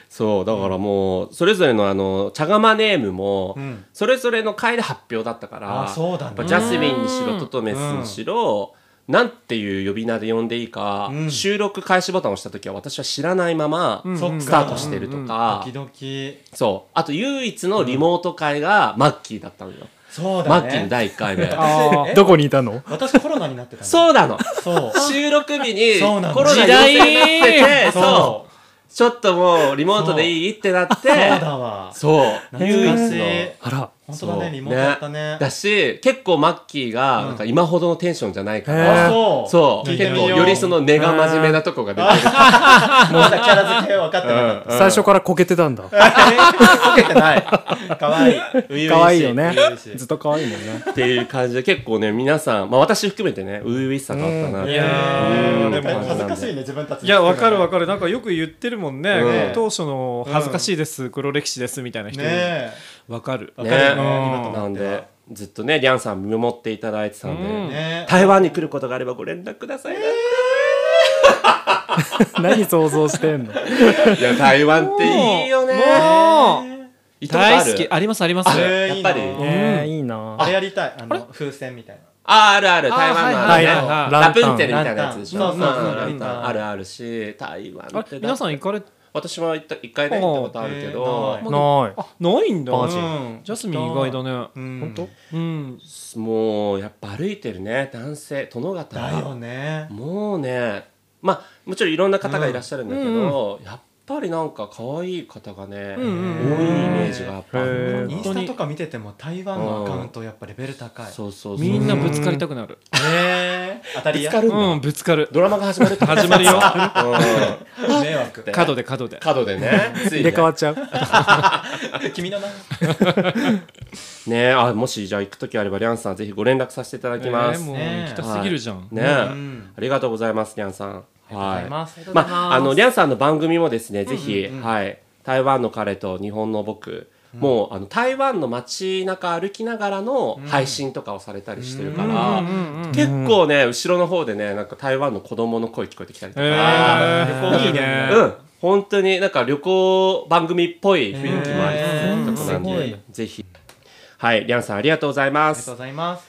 F: そうだからもうそれぞれのあの茶釜ネームも
B: うん
F: それぞれの回で発表だったから
B: あそうだね
F: やっぱジャスミンにしろトトメスにしろなんていう呼び名で呼んでいいか
B: うん
F: 収録開始ボタンを押した時は私は知らないまま
B: そっか
F: スタートしてるとか
B: 時々
F: そうあと唯一のリモート会がマッキーだったのよ
B: そう
F: マ
B: だ
F: ッキーの
B: ね
F: 第1 回目
B: 私え
D: どこにいたの
B: 私コロナになってたの
F: そうなの
B: そう
F: 収録日に
B: そうなの
F: コロナに
C: 時
F: 陽性になって
C: 代
F: てそうちょっともうリモートでいいってなっ
B: そう
F: て
B: だわ
F: そう唯
B: 懐か
F: 一
B: しい
F: の
D: あら
B: 本当
F: そう
B: だねリモートだったね
F: だし結構マッキーがなんか今ほどのテンションじゃないか
D: へ
F: ら、
D: ー
B: そう
F: そう
B: 聞いて
F: 結
B: みよ
F: 構
B: う
F: よりその根が真面目なとこが出てる
B: まだキャラ付け分かってなかっ
D: 最初からこけてたんだ
B: た受けてない可愛い
D: 可愛いよね
B: 初々しい
D: ずっと可愛いもんね
F: っていう感じで結構ね皆さん、まあ、私含めてね初々しさがあったなって
B: い
F: いう
B: や
F: う
B: ーで
F: ん
B: も恥ずかしいね自分たち
C: いや、わかるわかる。なんかよく言ってるもんね。
F: うん
C: 当初の恥ずかしいです、黒歴史ですみたいな人
B: ね
C: いる。
B: え
C: わかる。
B: わ
F: ね
B: かるよね今とな
F: な
B: っ
F: ん
B: ては
F: でずっとねリャンさん見守っていただいてたんで、
C: うん
B: ね
F: 台湾に来ることがあればご連絡ください、
D: 何想像してんの
F: いや台湾っていいよね
C: もう
F: 行ったことあ
C: 大
F: る
C: 好き。ありますあります。
F: あ
B: え
F: やっぱり
B: いいな
D: えーいいな
B: あれやりたいあの風船みたいな
F: ああるある台湾のあるね、
C: はいはいはい
F: ラプンツェルみたいなやつでしょ
B: ランタンそうそうそう
F: うん
B: ランタン
F: あるあるし台湾
C: あ
F: って
C: れ皆さん行かれ
F: 私も行った一回ね行ったことあるけど
B: あ、ー
D: ない
C: あないんだ。
D: マジ
C: うんジャスミン意外だね。
B: 本当
C: うん。
F: もうやっぱ歩いてるね男性殿方
B: だよ
F: が
B: ね
F: もうねまあもちろんいろんな方がいらっしゃるんだけど、やっぱりなんか可愛い方が
C: ん
F: ね、多いイメージがやっぱある
B: インスタとか見てても台湾のアカウントやっぱレベル高い
F: そうそうそう
C: みんなぶつかりたくなる。
B: ね当たり屋
F: ぶつかるんだ、
C: うんぶつかる
F: ドラマが始まるって
C: 始まるよ
B: 迷惑
C: 角で角で
F: 角でねつい
D: 入
F: ね
D: れ替わっちゃう
B: 君の名前
F: ねあもしじゃあ行く時あればリャンさんぜひご連絡させていただきます、
C: えーもう
B: ね
C: 行きたすぎるじゃん、
F: ね、
B: ん
F: ありがとうございますリャンさん
B: ありがと
F: は
B: うございます
F: まああのリャンさんの番組もですねぜひ、はい台湾の彼と日本の僕、もうあの台湾の街中歩きながらの配信とかをされたりしてるから、結構ね後ろの方でねなんか台湾の子供の声聞こえてきたりとか、
C: えー
B: あー
C: いいね
F: うん本当になんか旅行番組っぽい雰囲気もありつつとこなんで、
B: へーす
F: ぜひはいリャンさんありがとうございま
B: ありが
F: す
B: とうございます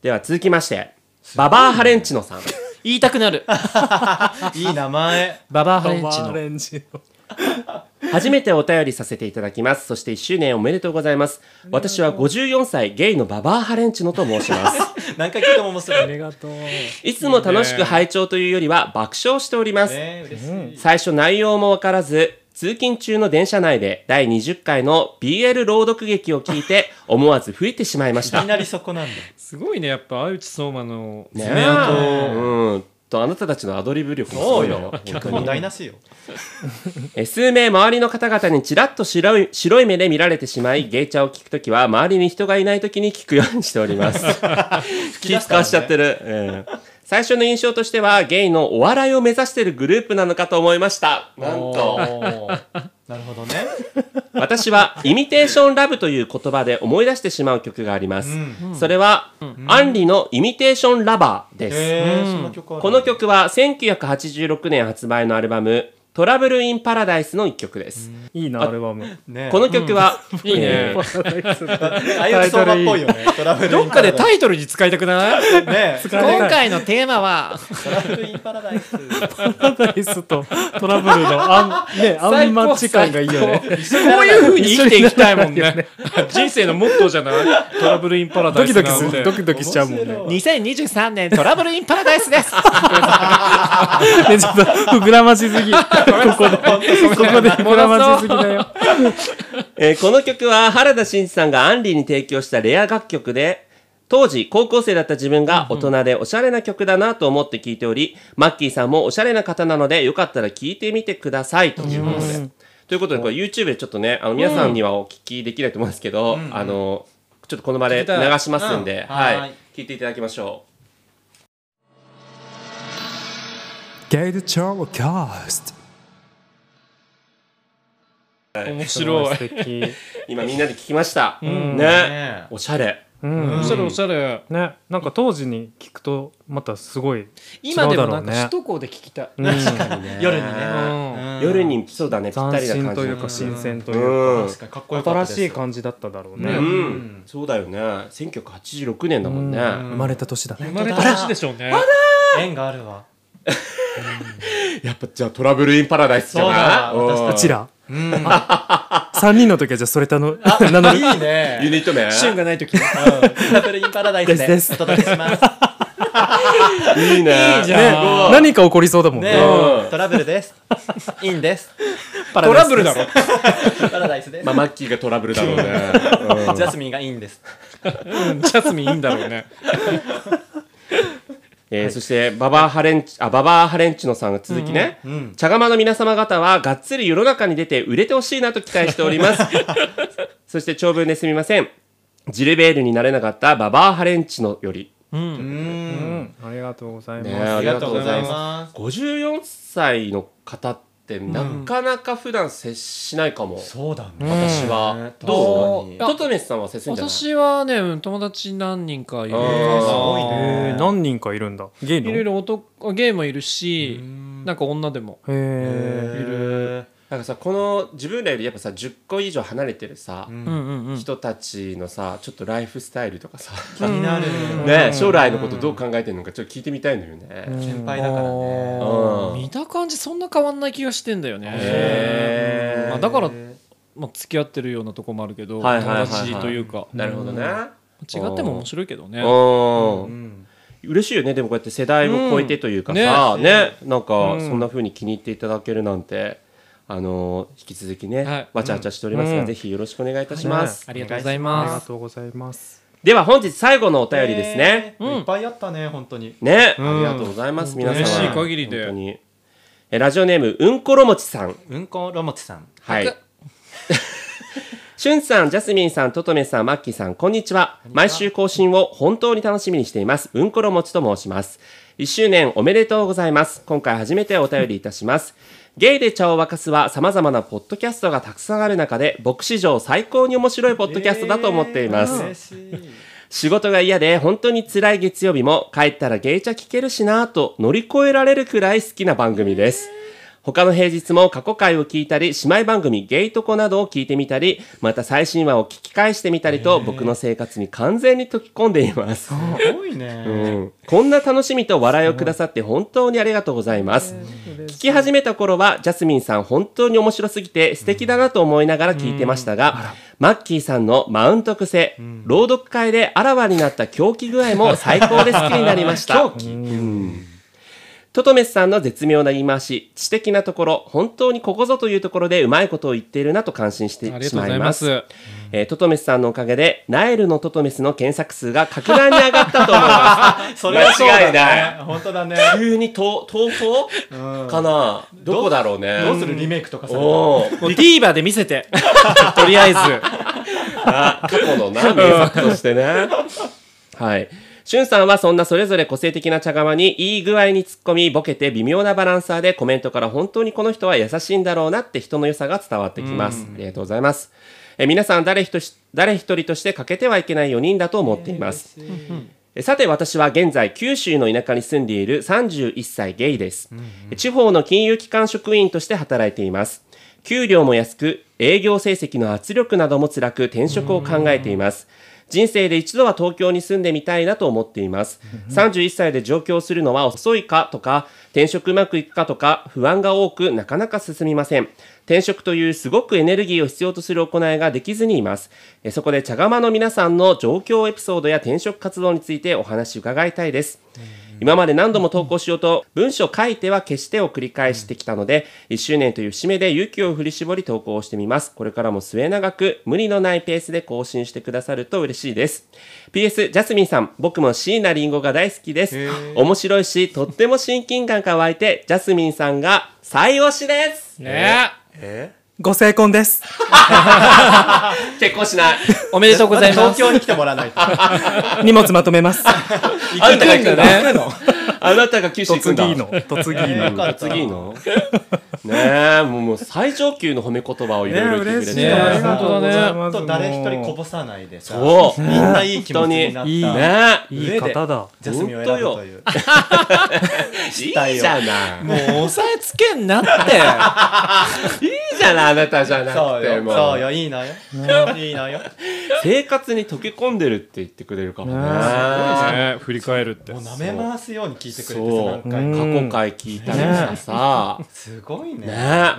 F: では続きましてババアハレンチノさん
E: 言いたくなる
B: いい名前
E: ババアハ
D: バ
E: レンチ
D: バア
E: の
D: レンジの
F: 初めてお便りさせていただきます。そして1周年おめでとうございます。私は54歳ゲイのババアハレンチノと申し ます。
B: 何回聞いても面白い
D: あ
B: ね
D: りがとう
F: いつも楽しく拝聴というよりは爆笑しております。
B: 嬉しい
F: 最初内容もわからず、通勤中の電車内で第20回の BL 朗読劇を聞いて思わず吹いてしまいま し
B: い
F: た
B: き。なりそこなんだ
C: すごいねやっぱ相内相馬の
F: ね
C: 爪
F: え
C: 痕、
F: うん。とあなたたちのアドリブ力もす
B: そ
F: ご
B: う
F: い
B: よ
F: よ。
B: 脚本台無しよ
F: えー数名周りの方々にちらっと白い白い目で見られてしまい、ゲイチャを聞くときは周りに人がいないときに聞くようにしており ます。気使わしちゃってる。えー最初の印象としてはゲイのお笑いを目指しているグループなのかと思いました。なん
B: お
F: と。
B: ー なるほどね
F: 私はイミテーションラブという言葉で思い出してしまう曲があります。それは、アンリのイミテーションラバーです。
B: へえその曲ある
F: この曲は1986年発売のアルバムトラブルインパラダイスの一曲です。
D: いいなアルバ ム
B: ね
F: この曲は、いいね。
B: ああいう相場っぽいよねトラブル
C: どっかでタイトルに使いたくない
B: ね
D: 使え
E: 今
D: ない
E: 回のテーマは
B: トラブルインパラダイス
D: パラダイスとトラブルのあん、ね、アンマッチ感がいいよね
C: こういうふうに生きていきたいもんね人生のモットーじゃないトラブルインパラダ
D: ド
C: イ
D: キド
C: スなん
D: キ
C: て
D: するドキドキしちゃうもんね
E: 2023年トラブルインパラダイスです
D: ねちょっと膨らましすぎここでここで膨らましすぎだよ
F: えーこの曲は原田真二さんがアンリーに提供したレア楽曲で、当時高校生だった自分が大人でおしゃれな曲だなと思って聴いており、マッキーさんもおしゃれな方なので、よかったら聴いてみてくださいということで。ということで、これ YouTube でちょっとね、あの皆さんにはお聞きできないと思うんですけど、あの、ちょっとこの場で流しますんで、
B: うんは
F: はいい、聴いていただきましょう。
D: ゲイルチョーキャス
C: 面
D: ト
C: 白い
D: 素敵
F: 今みんなで聴きました。ね。
B: ね
F: おしゃれ。
D: うん
C: おしゃれおしゃれ
D: ねなんか当時に聞くとまたすごい
E: 今でもなん
D: 違うだろうね
E: か首都高で聞きたい
D: うん
B: 夜にねうん
F: 夜にそうだね、ぴった
D: 斬
F: りな感
D: 新
F: じ。
D: というか新鮮と
F: う
D: いうか
F: ん。
B: 確かにかっこよかった
D: 新
B: です
D: しい感じだっただろう
F: う
D: ね
F: ん、そうだよね1986年だもんね、
D: 生まれた年だ
C: 生
D: ね
C: まれた年でしょうね
B: 縁があるわ
F: やっぱじゃあトラブルインパラダイスじゃない
B: そうだ
F: う
D: う
F: ん
D: ちら3人の時はじゃあそれたの名乗る
B: いい
F: ユ
B: ね
F: ニット名
C: 旬がない時い
B: トラブルインパラダイスで
D: ですです
B: お届けします
F: いいね
C: じ
D: ね
C: ゃん
D: 何か起こりそうだもん
B: ね
D: ね
F: うん
B: トラブルですインです
C: トラブルだろ
B: パラダイスです
F: まあマッキーがトラブルだろうね、
B: ジャスミンがいいんです
C: うんジャスミンいいんだろうね
F: えーそしてババアハレンチあババアハレンチノさんの続きね、茶釜の皆様方はがっつり世の中に出て売れてほしいなと期待しておりますそして長文ですみませんジルベールになれなかったババアハレンチノより
D: うんありがとうござい
F: ね
D: ます
B: ありがとうございます
F: 54歳の方ってなかなか普段接しないかも、
B: そうだね
F: 私は、どう
E: 確かに
F: トトメスさんは接するんじゃない
E: 私はねうん友達何人かいる
F: あ
B: す
F: ー
B: ごい
D: え
B: ね
D: ー何人かいるんだゲイの
C: いろいろ男ゲイもいるしなんか女でも
D: へ
B: いる
F: なんかさこの自分らよりやっぱさ10個以上離れてるさ、
C: うんうんうん
F: 人たちのさちょっとライフスタイルとかさ、
B: 気になる
F: ね将来のことどう考えてるのかちょっと聞いてみたいのよね、
B: 先輩だからね
F: うん
C: 見た感じそんな変わんない気がしてんだよね、
F: へー
C: まあ、だから、まあ、付き合ってるようなとこもあるけど、
F: はいはいはいはい
C: 友達というか
F: なるほどね、
C: 違っても面白いけどね
F: うん、嬉しいよねでもこうやって世代を超えてというかさ、
C: うん
F: ねなんかそんな風に気に入っていただけるなんて、あのー引き続きね、
C: はい
F: わちゃわちゃしておりますが、
D: うん
F: ぜひよろしくお願いいたします、
C: ありがとうございま
D: ありが
C: す
D: とうございます
F: では本日最後のお便りですね。
B: えーいっぱいあったね本当に
F: ね、
C: ん
F: ありがとうございます、皆様。
C: 嬉しい限りで
F: 本当に。えラジオネーム、うんころもちさん。
B: うんころもちさん
F: はい。 しゅんさん、ジャスミンさん、ととめさん、マッキーさん、こんにちは。毎週更新を本当に楽しみにしています。うんころもちと申します。1周年おめでとうございます。今回初めてお便りいたします。ゲイで茶を沸かすは様々なポッドキャストがたくさんある中で、僕史上最高に面白いポッドキャストだと思っています。
B: 嬉しい
F: 仕事が嫌で本当に辛い月曜日も帰ったらゲイチャ聞けるしなぁと乗り越えられるくらい好きな番組です。他の平日も過去回を聞いたり、姉妹番組ゲイトコなどを聞いてみたり、また最新話を聞き返してみたりと、僕の生活に完全に溶け込んでいます。
B: すごいね、
F: うんこんな楽しみと笑いをくださって本当にありがとうございます。聞き始めた頃は、ジャスミンさん本当に面白すぎて素敵だなと思いながら聞いてましたが、マッキーさんのマウント癖、朗読会であらわになった狂気具合も最高で好きになりました。狂気トトメスさんの絶妙な言い回し、知的なところ、本当にここぞというところでうまいことを言っているなと感心してし
C: あ
F: まい
C: り
F: ま
C: がとうご
F: す。
C: ざいます。
F: えートトメスさんのおかげで、ナエルのトトメスの検索数が格段に上がったと思 います。
B: それはそう
F: 間違い
B: だ
F: な
B: ね本当だね
F: い。急にと投稿かなどこだろうね。
B: どうするリメイクとかされたら
F: おー
C: もう TVer で見せ て。とりあえず。
F: あ過去のな、名作としてね。はい。しゅんさんはそんなそれぞれ個性的な茶釜にいい具合に突っ込み、ボケて微妙なバランサーでコメントから本当にこの人は優しいんだろうなって人の良さが伝わってきます。ありがとうございます。え皆さん誰一人誰一人として欠けてはいけない4人だと思っています。えさて私は現在九州の田舎に住んでいる31歳ゲイです、え地方の金融機関職員として働いています給料も安く営業成績の圧力なども辛く転職を考えています人生で一度は東京に住んでみたいなと思っています31歳で上京するのは遅いかとか転職うまくいくかとか不安が多くなかなか進みません転職というすごくエネルギーを必要とする行いができずにいます。えそこで茶釜の皆さんの状況エピソードや転職活動についてお話伺いたいです。今まで何度も投稿しようと文章書いては消してを繰り返してきたので、1周年という節目で勇気を振り絞り投稿をしてみます。これからも末永く無理のないペースで更新してくださると嬉しいです。PS、ジャスミンさん、僕も椎名林檎が大好きです。面白いし、とっても親近感が湧いて、ジャスミンさんが最推しです
E: ね
D: ご成婚です
F: 結婚しない。
E: おめでとうご
B: ま
E: ざ
B: だ
E: いま
B: 東
E: す。
B: 京に来てもらわないと
D: 荷物まとめます
F: あなたが行くんだね。
C: ね。
F: あなたが九州行くんだ。
D: 嫁ぎの嫁ぎ
B: えーよか
D: の
B: った
F: 次の。ねえ、もうもう最上級の褒め言葉をいろいろ言ってくれて。
C: ね
B: あり
C: 嬉しい
B: が
C: ね
B: とうございます
D: 本当だね
B: ちょっと誰一人こぼさないでさ
F: そう
B: みんないい気持ちになった
F: 本当にねえ。
D: いい方だ
B: ジャスミンを選ぶという
F: いい
B: たよ
F: じゃない。
C: もう押さえつけんなって。
F: いいじゃない、あなたじゃな
B: そ
F: く
B: う
F: て。
B: よ
F: も
B: そう
F: う
B: よいいのよいいのよ
F: 生活に溶け込んでるって言ってくれるからね。
C: ね振り返るって
B: もう。舐め回すように聞いてくれてさ
F: そ
B: 何
F: う。過
B: 回も
D: うん
F: 去回聞いたりとかさ。
B: すごいね
F: ね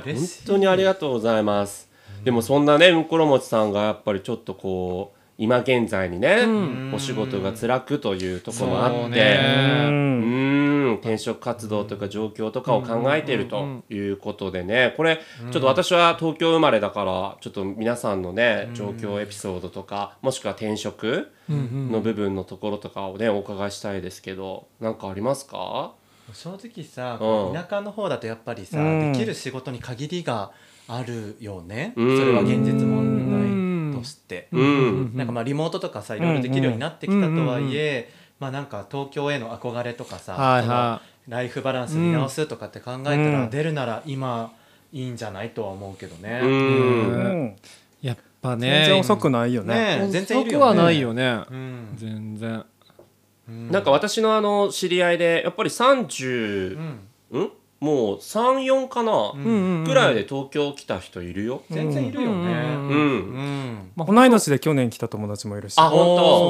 F: え
B: 嬉
F: 本
B: しい
F: 当にありがとうございます、でもそんなねうんころもちさんがやっぱりちょっとこう今現在にね、お仕事が辛くというところもあ
C: そ
F: っ
C: う
F: て
D: う
C: ね。
F: うんん転職活動とか状況とかを考えているということでねこれちょっと私は東京生まれだからちょっと皆さんのね状況エピソードとかもしくは転職の部分のところとかをねお伺いしたいですけどなんかありますか
B: 正直さ、
F: うん
B: 田舎の方だとやっぱりさ、
D: うん
B: できる仕事に限りがあるよね、
F: うん
B: それは現実問題として、
F: うん
B: なんかまあリモートとかさいろいろできるようになってきたとはいえ、まあなんか東京への憧れとかさ、
C: はいは
B: そのライフバランス見直すとかって考えたら、出るなら今いいんじゃないとは思うけどね、
F: うん
D: うん
C: やっぱね。
D: 全然遅くないよね
B: ねえ全然いるよね
C: 遅くはないよね。
B: うん
C: 全然。
F: なんか私のあの知り合いでやっぱり30、うんもう34かな、ぐらいで東京来た人いるよ。
B: 全然いるよね、
F: うん。
B: うん
D: 同い年で去年来た友達もいるし
F: あ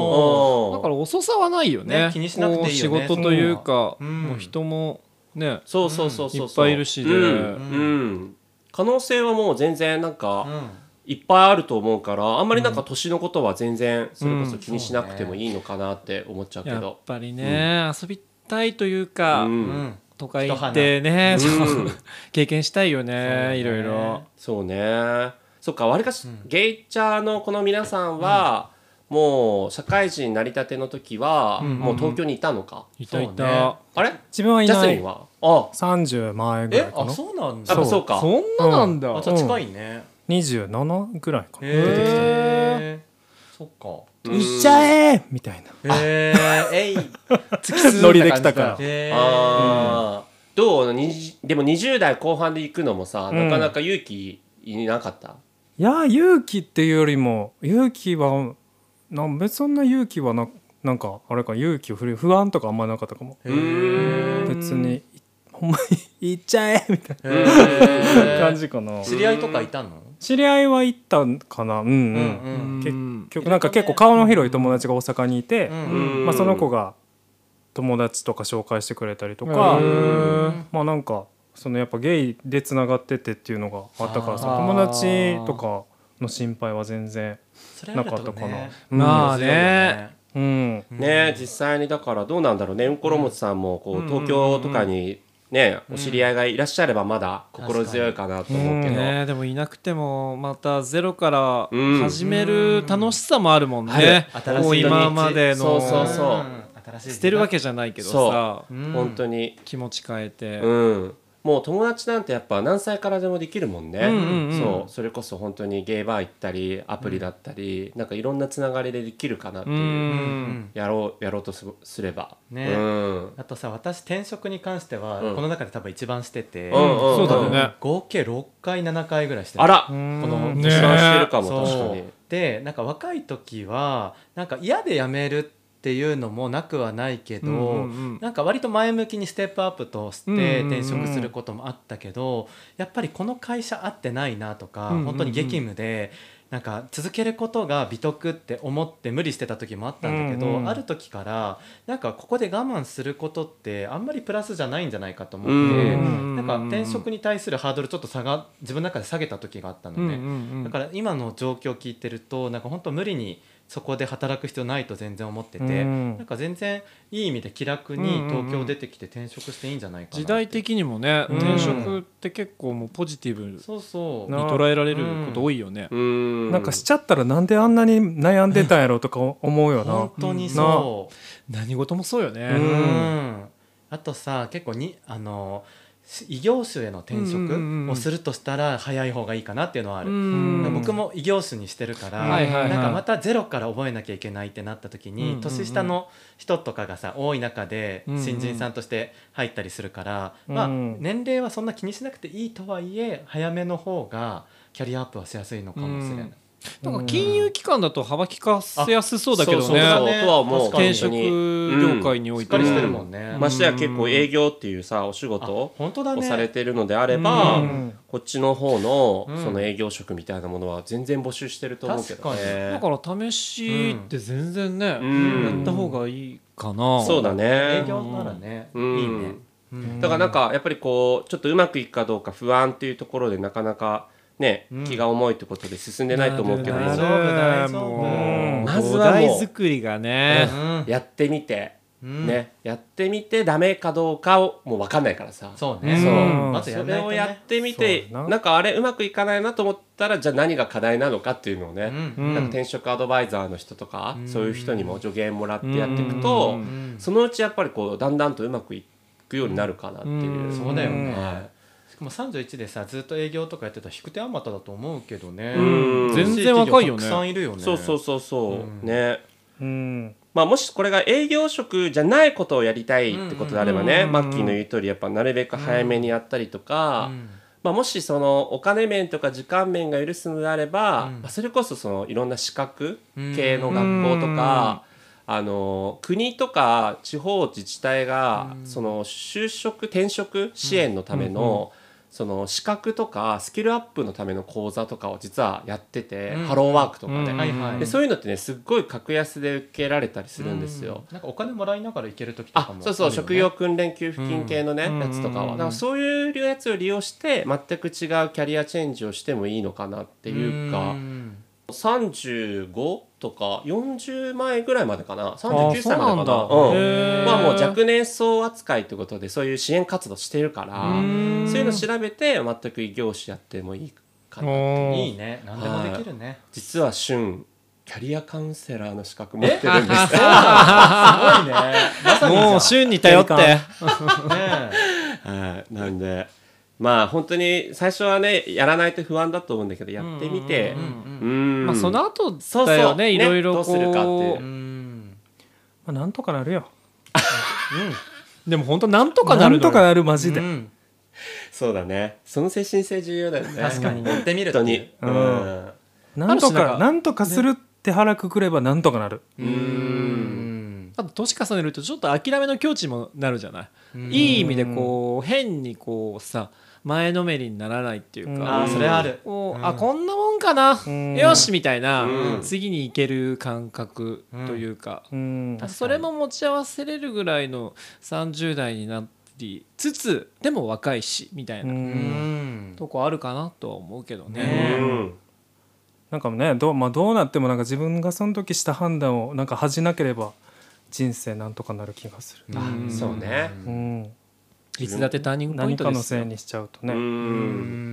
C: だ
F: 本
C: か
F: 当。
C: ら遅さはないよね。
B: ね気にしなくていいよね
C: こう仕事というか、
B: うん
C: もう人もね。
F: そうそうそうそうそう。
C: いっぱいいるしね
F: うんうん可能性はもう全然なん
B: う
F: か
B: ん
F: いっぱいあると思うからあんまりなんか年のことは全然それこそ気にしなくてもいいのかなって思っちゃうけ
C: やっ
F: ど。
C: ぱりね、遊びたいという
F: う
C: か、
B: うんん
C: 都会行ってね、
F: 一花
C: そう
F: うん
C: 経験したいよ
B: そうだ
C: ね、
B: ね
C: いろいろ。
F: そうね。そっかわりかしゲイチャーのこの皆さんはもう社会人になりたての時は、もう東京にいたのか
C: いたいた、
B: そうね
F: あれ
D: 自分はい
F: ジャス
D: な
F: ミン
D: い
F: はあ
D: 30前ぐら
B: え
D: いか
B: あ
D: な
B: そうなん
F: や
B: だ
F: っぱそうか
C: そんななんだ、
B: あじゃあ近いね
D: 27ぐらいかな
B: へ
D: 出てきたの
B: えそっか
F: うん
D: 行っちゃえみたいな
B: へええい
D: ノリで来たから
B: へ
F: あーどうにじでも20代後半で行くのもさ、
D: ん
F: なかなか勇気いなかった
D: いや勇気っていうよりも勇気はな別にそんな勇気はななんかあれか勇気を振る不安とかあんまなかったかも
F: うーん
D: 別にほんまに行っちゃえみたい
B: え
D: な感じかな
B: 知り合いとかいたの
D: 知り合いは行ったんかなうんうん、
B: うん
D: 結局なんか結構顔の広い友達が大阪にいて、
B: うん
F: うん
D: まあ、その子が友達とか紹介してくれたりとか、まあなんかそのやっぱゲイでつながっててっていうのがあったからさ
C: あー
D: 友達とかの心配は全然
B: それあ
D: な
B: る
D: か
B: と
D: ったかな
B: ね。
D: うん
C: まあ
B: 強いよね
D: うん
F: ね実際にだからどうなんだろうねうんころもちさんもこう東京とかにねお知り合いがいらっしゃればまだ心強いかなと思うけど、
C: ね、でもいなくてもまたゼロから
F: うん
C: 始める楽しさもあるもんね、
B: ある
C: もう
B: 新しい土日
C: 今までの
F: そうそうそう
B: 新しい
C: 捨てるわけじゃないけどさ
F: そう、本当に
C: 気持ち変えて、
F: うん、もう友達なんてやっぱ何歳からでもできるもんね、そうそれこそ本当にゲイバー行ったりアプリだったり、なんかいろんなつながりでできるかなっていう、
C: うん
F: やろうやろうとすすれば、
B: ね
F: うん、
B: あとさ私転職に関しては、
F: うん
B: この中で多分一番してて、
F: うんうんうんそうだよ
C: ね
B: 合計6回7回ぐらいしてる
F: あら
B: こ
F: こ
B: の
F: の一番してるかも確かに
B: そうでなんか若い時はなんか嫌で辞めるっていうのもなくはないけど、
C: うんうんうん
B: なんか割と前向きにステップアップとし
C: うんうん
B: て
C: うん
B: 転職することもあったけど、やっぱりこの会社合ってないなとか、
C: うんうんうん
B: 本当に激務でなんか続けることが美徳って思って無理してた時もあったんだけど、
D: うんうん
B: ある時からなんかここで我慢することってあんまりプラスじゃないんじゃないかと思って、
F: うん
B: なんか転職に対するハードルちょっと下が自分の中で下げた時があったの
C: う
B: で、
C: んうんうん
B: だから今の状況を聞いてるとなんか本当無理にそこで働く必要ないと全然思ってて、
D: うん
B: なんか全然いい意味で気楽
C: うん
B: に
C: うんうん
B: 東京出てきて転職していいんじゃないかなって
C: 時代的にもね、
B: うん
C: 転職って結構もうポジティブに
B: そうそう
D: な
C: 捉えられること多いよね、
F: うん
D: なんかしちゃったらなんであんなに悩んでたんやろとか思うよな
B: 本当にそ
C: 何事もそうよね、
B: う、うん
D: な
B: あとさ結構にあのし異業種への転
C: うんうんうんう
B: 職
C: ん
B: をするとしたら早い方がいいかなっていうのはある、
C: うん
B: 僕も異業種にしてるから、
C: はいはいはい
B: なんかまたゼロから覚えなきゃいけないってなった時に、
C: うんうんうん
B: 年下の人とかがさ多い中で
C: うんうん
B: 新人さんとして入ったりするから、
D: うん
B: まあ、年齢はそんな気にしなくていいとはいえ早めの方がキャリアアップはしやすいのかもしれない。
C: うんなんか金融機関だと幅利かせやすそうだけど
F: そう
C: ね
F: だねとは思う
B: 確か
C: 転
B: に
C: 職業界におい
B: してっか
C: は
B: りしてるもんね。
F: ましてや結構営業っていうさお仕
B: あ
F: 事を
B: 本当だね。
F: されてるのであれば、
D: うん
F: こっちの方の
B: うん
F: その営業職みたいなものは全然募集してると思うけど
B: 確か
F: ね
C: だから試しって全然ね、
F: うん
C: やった方がいいかな
F: そうだね
B: 営業ならね、
F: うん
B: いいね。うん
F: だからなんかやっぱりこうちょっとうまくいくかどうか不安っていうところでなかなかね、
B: うん
F: 気が重いってことで進んでないと思うけど
C: なる
B: 大
C: ほ
B: 丈夫大丈夫
C: もう
F: まず
C: 土
F: はもう
C: 台作りがね、
B: う
F: やってみて、
B: ん、
F: ねやってみてダメかどうかをもう分かんないからさ
B: そうね。
F: そう
B: まずや
F: そ
B: んな
F: れ
B: いと
F: を
B: ね
F: やってみて
D: そうだ
F: な
D: なん
F: かあれうまくいかないなと思ったらじゃあ何が課題なのかっていうのをね、
B: う
F: なんか転職アドバイザーの人とか、
B: うん
F: そういう人にも助言もらってやっていくと、
C: うん
B: ん
F: そのうちやっぱりこうだんだんとうまくいくようになるかなっていう、
C: うん
B: そうだよね、
F: は
B: しかも31でさずっと営業とかやってたら引く手あまただと思うけどね、
F: うん
C: 全然若いよね
B: たくさんいるよね
F: そうそうそうそう、
B: うん
F: ね
D: うん
F: まあ、もしこれが営業職じゃないことをやりたいってことであればね、
C: うん
F: マッキーの言う通りやっぱなるべく早めにやったりとか、
B: うん
F: まあ、もしそのお金面とか時間面が許すのであれば、
B: うん
F: まあ、それこそそのいろんな資格
B: うん
F: 系の学校とか、あの国とか地方自治体が
B: うん
F: その就職転職支援のためのその資格とかスキルアップのための講座とかを実はやってて、
B: うん
F: ハローワークとかで,、
C: うん
B: はいはい
F: でそういうのってねすっごい格安で受けられたりするんですよ。
B: うんなんかお金もらいながら行ける時とか
F: あ
B: も
F: そうそう、
B: あるよね
F: 職業訓練給付金系のね、
C: うん
F: やつとかは
C: うん
F: だからそういうやつを利用して全く違うキャリアチェンジをしてもいいのかなっていうか、
B: ん
F: 35とか40前ぐらいまでかな
C: あ
F: 39
C: そう
F: 歳ま
C: なん
F: でかな
C: だ、
F: うん
C: へー
F: まあもう若年層扱いということでそういう支援活動してるから、
C: うん
F: そういうの調べて全く異業種やってもいいかな
C: おー
B: いいね何でもできるね
F: 実は旬キャリアカウンセラーの資格持ってる んです。
C: もう旬に頼って
F: はい、なんでまあ本当に最初はねやらないと不安だと思うんだけどやってみてうん
E: まあ、その後
F: そう
E: だ
F: そ
E: よ
F: う
E: ねいろいろ
F: どうするかって
E: こ
F: いうう
D: まあ、なんとかなる よ
C: でも本当なんとかな
D: な
C: る
D: ん
C: の
D: と
C: よ
D: かなるマジで、
F: そうだねその精神性重要だよね
B: 確かに
F: 本
B: やってみるって
F: 当
B: いう
F: にう
D: うんんなんと
C: ある種
D: か
C: なんか
D: なんとかするって腹くくればなんとかなる、
B: うん
C: あと年重ねるとちょっと諦めの境地もなるじゃないいい意味でこう変にこうさ前のめりにならないっていう
B: あ
C: か
B: あそれある
C: こうあこんなもんかな
D: うん
C: よしみたいな
F: うん
C: 次に行ける感覚というか
D: うん
C: それも持ち合わせれるぐらいの30代になりつつでも若いしみたいうなんとこあるかなとは思うけどね。
B: ね
F: うん
D: なんかねどう,、まあ、どうなってもなんか自分がその時した判断をなんか恥じなければ人生なんとかなる気がする、
F: あそうね
D: うん、
C: いつだってターニングポイン
D: 何
C: ト
D: か
C: で
D: の
C: す
D: せい
C: よ。
D: にしちゃうと
F: う
D: ね、
F: ん
B: う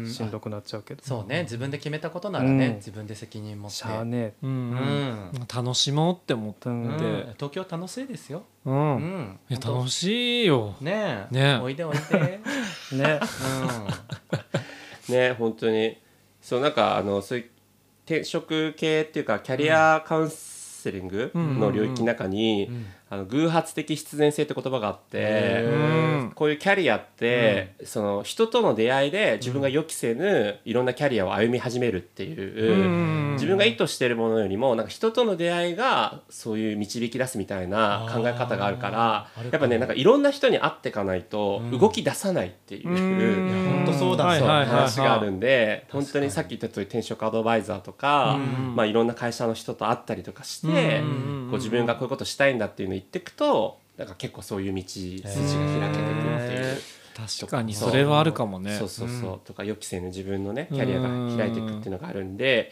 B: ん
D: しんどくなっちゃうけど
B: そうね自分で決めたことならね、
D: うん
B: 自分で責任持って
D: しゃあね
C: う
B: うんん
C: 楽しもうって思った
D: うんん
C: で、
B: 東京楽しいですよ、
C: う、
B: うんん、
C: いや
B: 本
C: 楽しいよ
B: 当。ねえ
C: ねえ
B: おいでおいで、
D: えね
F: ね本当にそうなんかあのそういう転職系っていうかキャリアカウンセリングの領域の中に、あの偶発的必然性って言葉があって、
C: うん
F: こういうキャリアって、その人との出会いで自分が予期せぬいろんなキャリアを歩み始めるっていう、
C: うん
F: 自分が意図してるものよりもなんか人との出会いがそういう導き出すみたいな考え方があるから
B: あーあるかも
F: やっぱねなんかいろんな人に会っていかないと動き出さないっていう。
C: うん
B: うん、本当そうだ、
C: はいはいはい
F: 話があるんで本当にさっき言った通り転職アドバイザーとか、まあ、いろんな会社の人と会ったりとかして
C: うんうんうんうん
F: こう自分がこういうことしたいんだっていうのを言っていくとなんか結構そういう道筋が開けていくっていう。
C: 確かにそれはあるかもね
F: そう。そうそう、とか予期せぬ自分のねキャリアが開いていくっていうのがあるんで、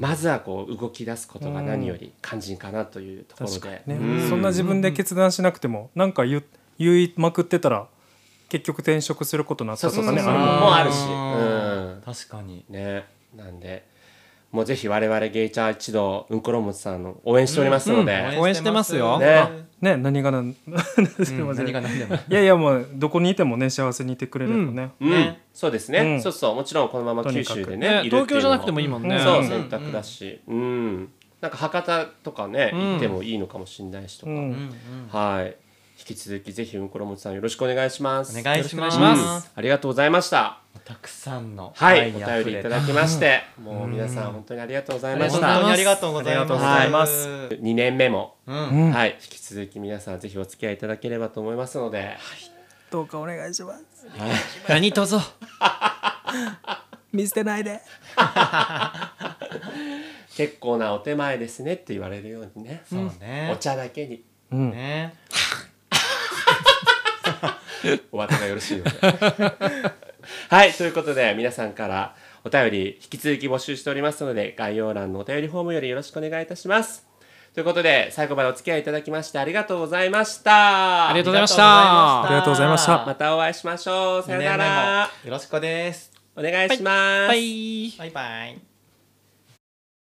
F: まずはこう動き出すことが何より肝心かなというところで
D: 確かにね、そんな自分で決断しなくてもなんか言う言いまくってたら結局転職することになっ
F: そ
D: た
F: うそ
D: と
F: う
D: か
F: そう
D: ね
F: もう
D: あるもん
F: あるし、うん
B: うん、確かに
F: ねなんでもうぜひ我々ゲイチャー一同うんころもちさんの応援しておりますので、
C: 応援してますよ
F: ね
D: ね何がなんすい
B: うん
D: ません
B: 何が何でも
D: いやいやもうどこにいてもね幸せにいてくれればね、
F: うん
B: ね
F: そうですね、
D: うん
F: そうそうもちろんこのまま
D: と
F: 九
D: にかく
F: 州でね
C: ね
F: いるっていうの
C: 東京じゃなくてもいいもんね。
F: そ
C: う
F: う
C: ん
F: 選択だしうん、なんか博多とかね、行ってもいいのかもしれないしとか、
D: うん
F: はい引き続きぜひうんころもちさんよろしくお願いします
B: お願いします
F: うんありがとうございました
B: たくさんの
F: はい
B: 愛に
F: お
B: 溢
F: 便り
B: れ
F: いただきましてもう皆さん本当にありがとうございまし
B: 本
F: た
B: 当にありがとうございます
F: ありがとうございます2年目も、
D: ん
F: はい引き続き皆さんぜひお付き合いいただければと思いますので、
D: どうかお願いします
C: 何とぞ。
D: 見捨てないで
F: 結構なお手前ですねって言われるようにね、
B: そうね
F: お茶だけに
B: ね
F: お後がよろしいので はいということで皆さんからお便り引き続き募集しておりますので概要欄のお便りフォームよりよろしくお願いいたしますということで最後までお付き合いいただきましてありがとうございました
C: ありがとうございました。
D: ありがとうございました
F: またお会いしましょうさ
B: さよ
F: よ
B: な
F: な
B: ら
F: ら
B: よろしくです
F: お願いします、
C: バイ。
B: バイバイ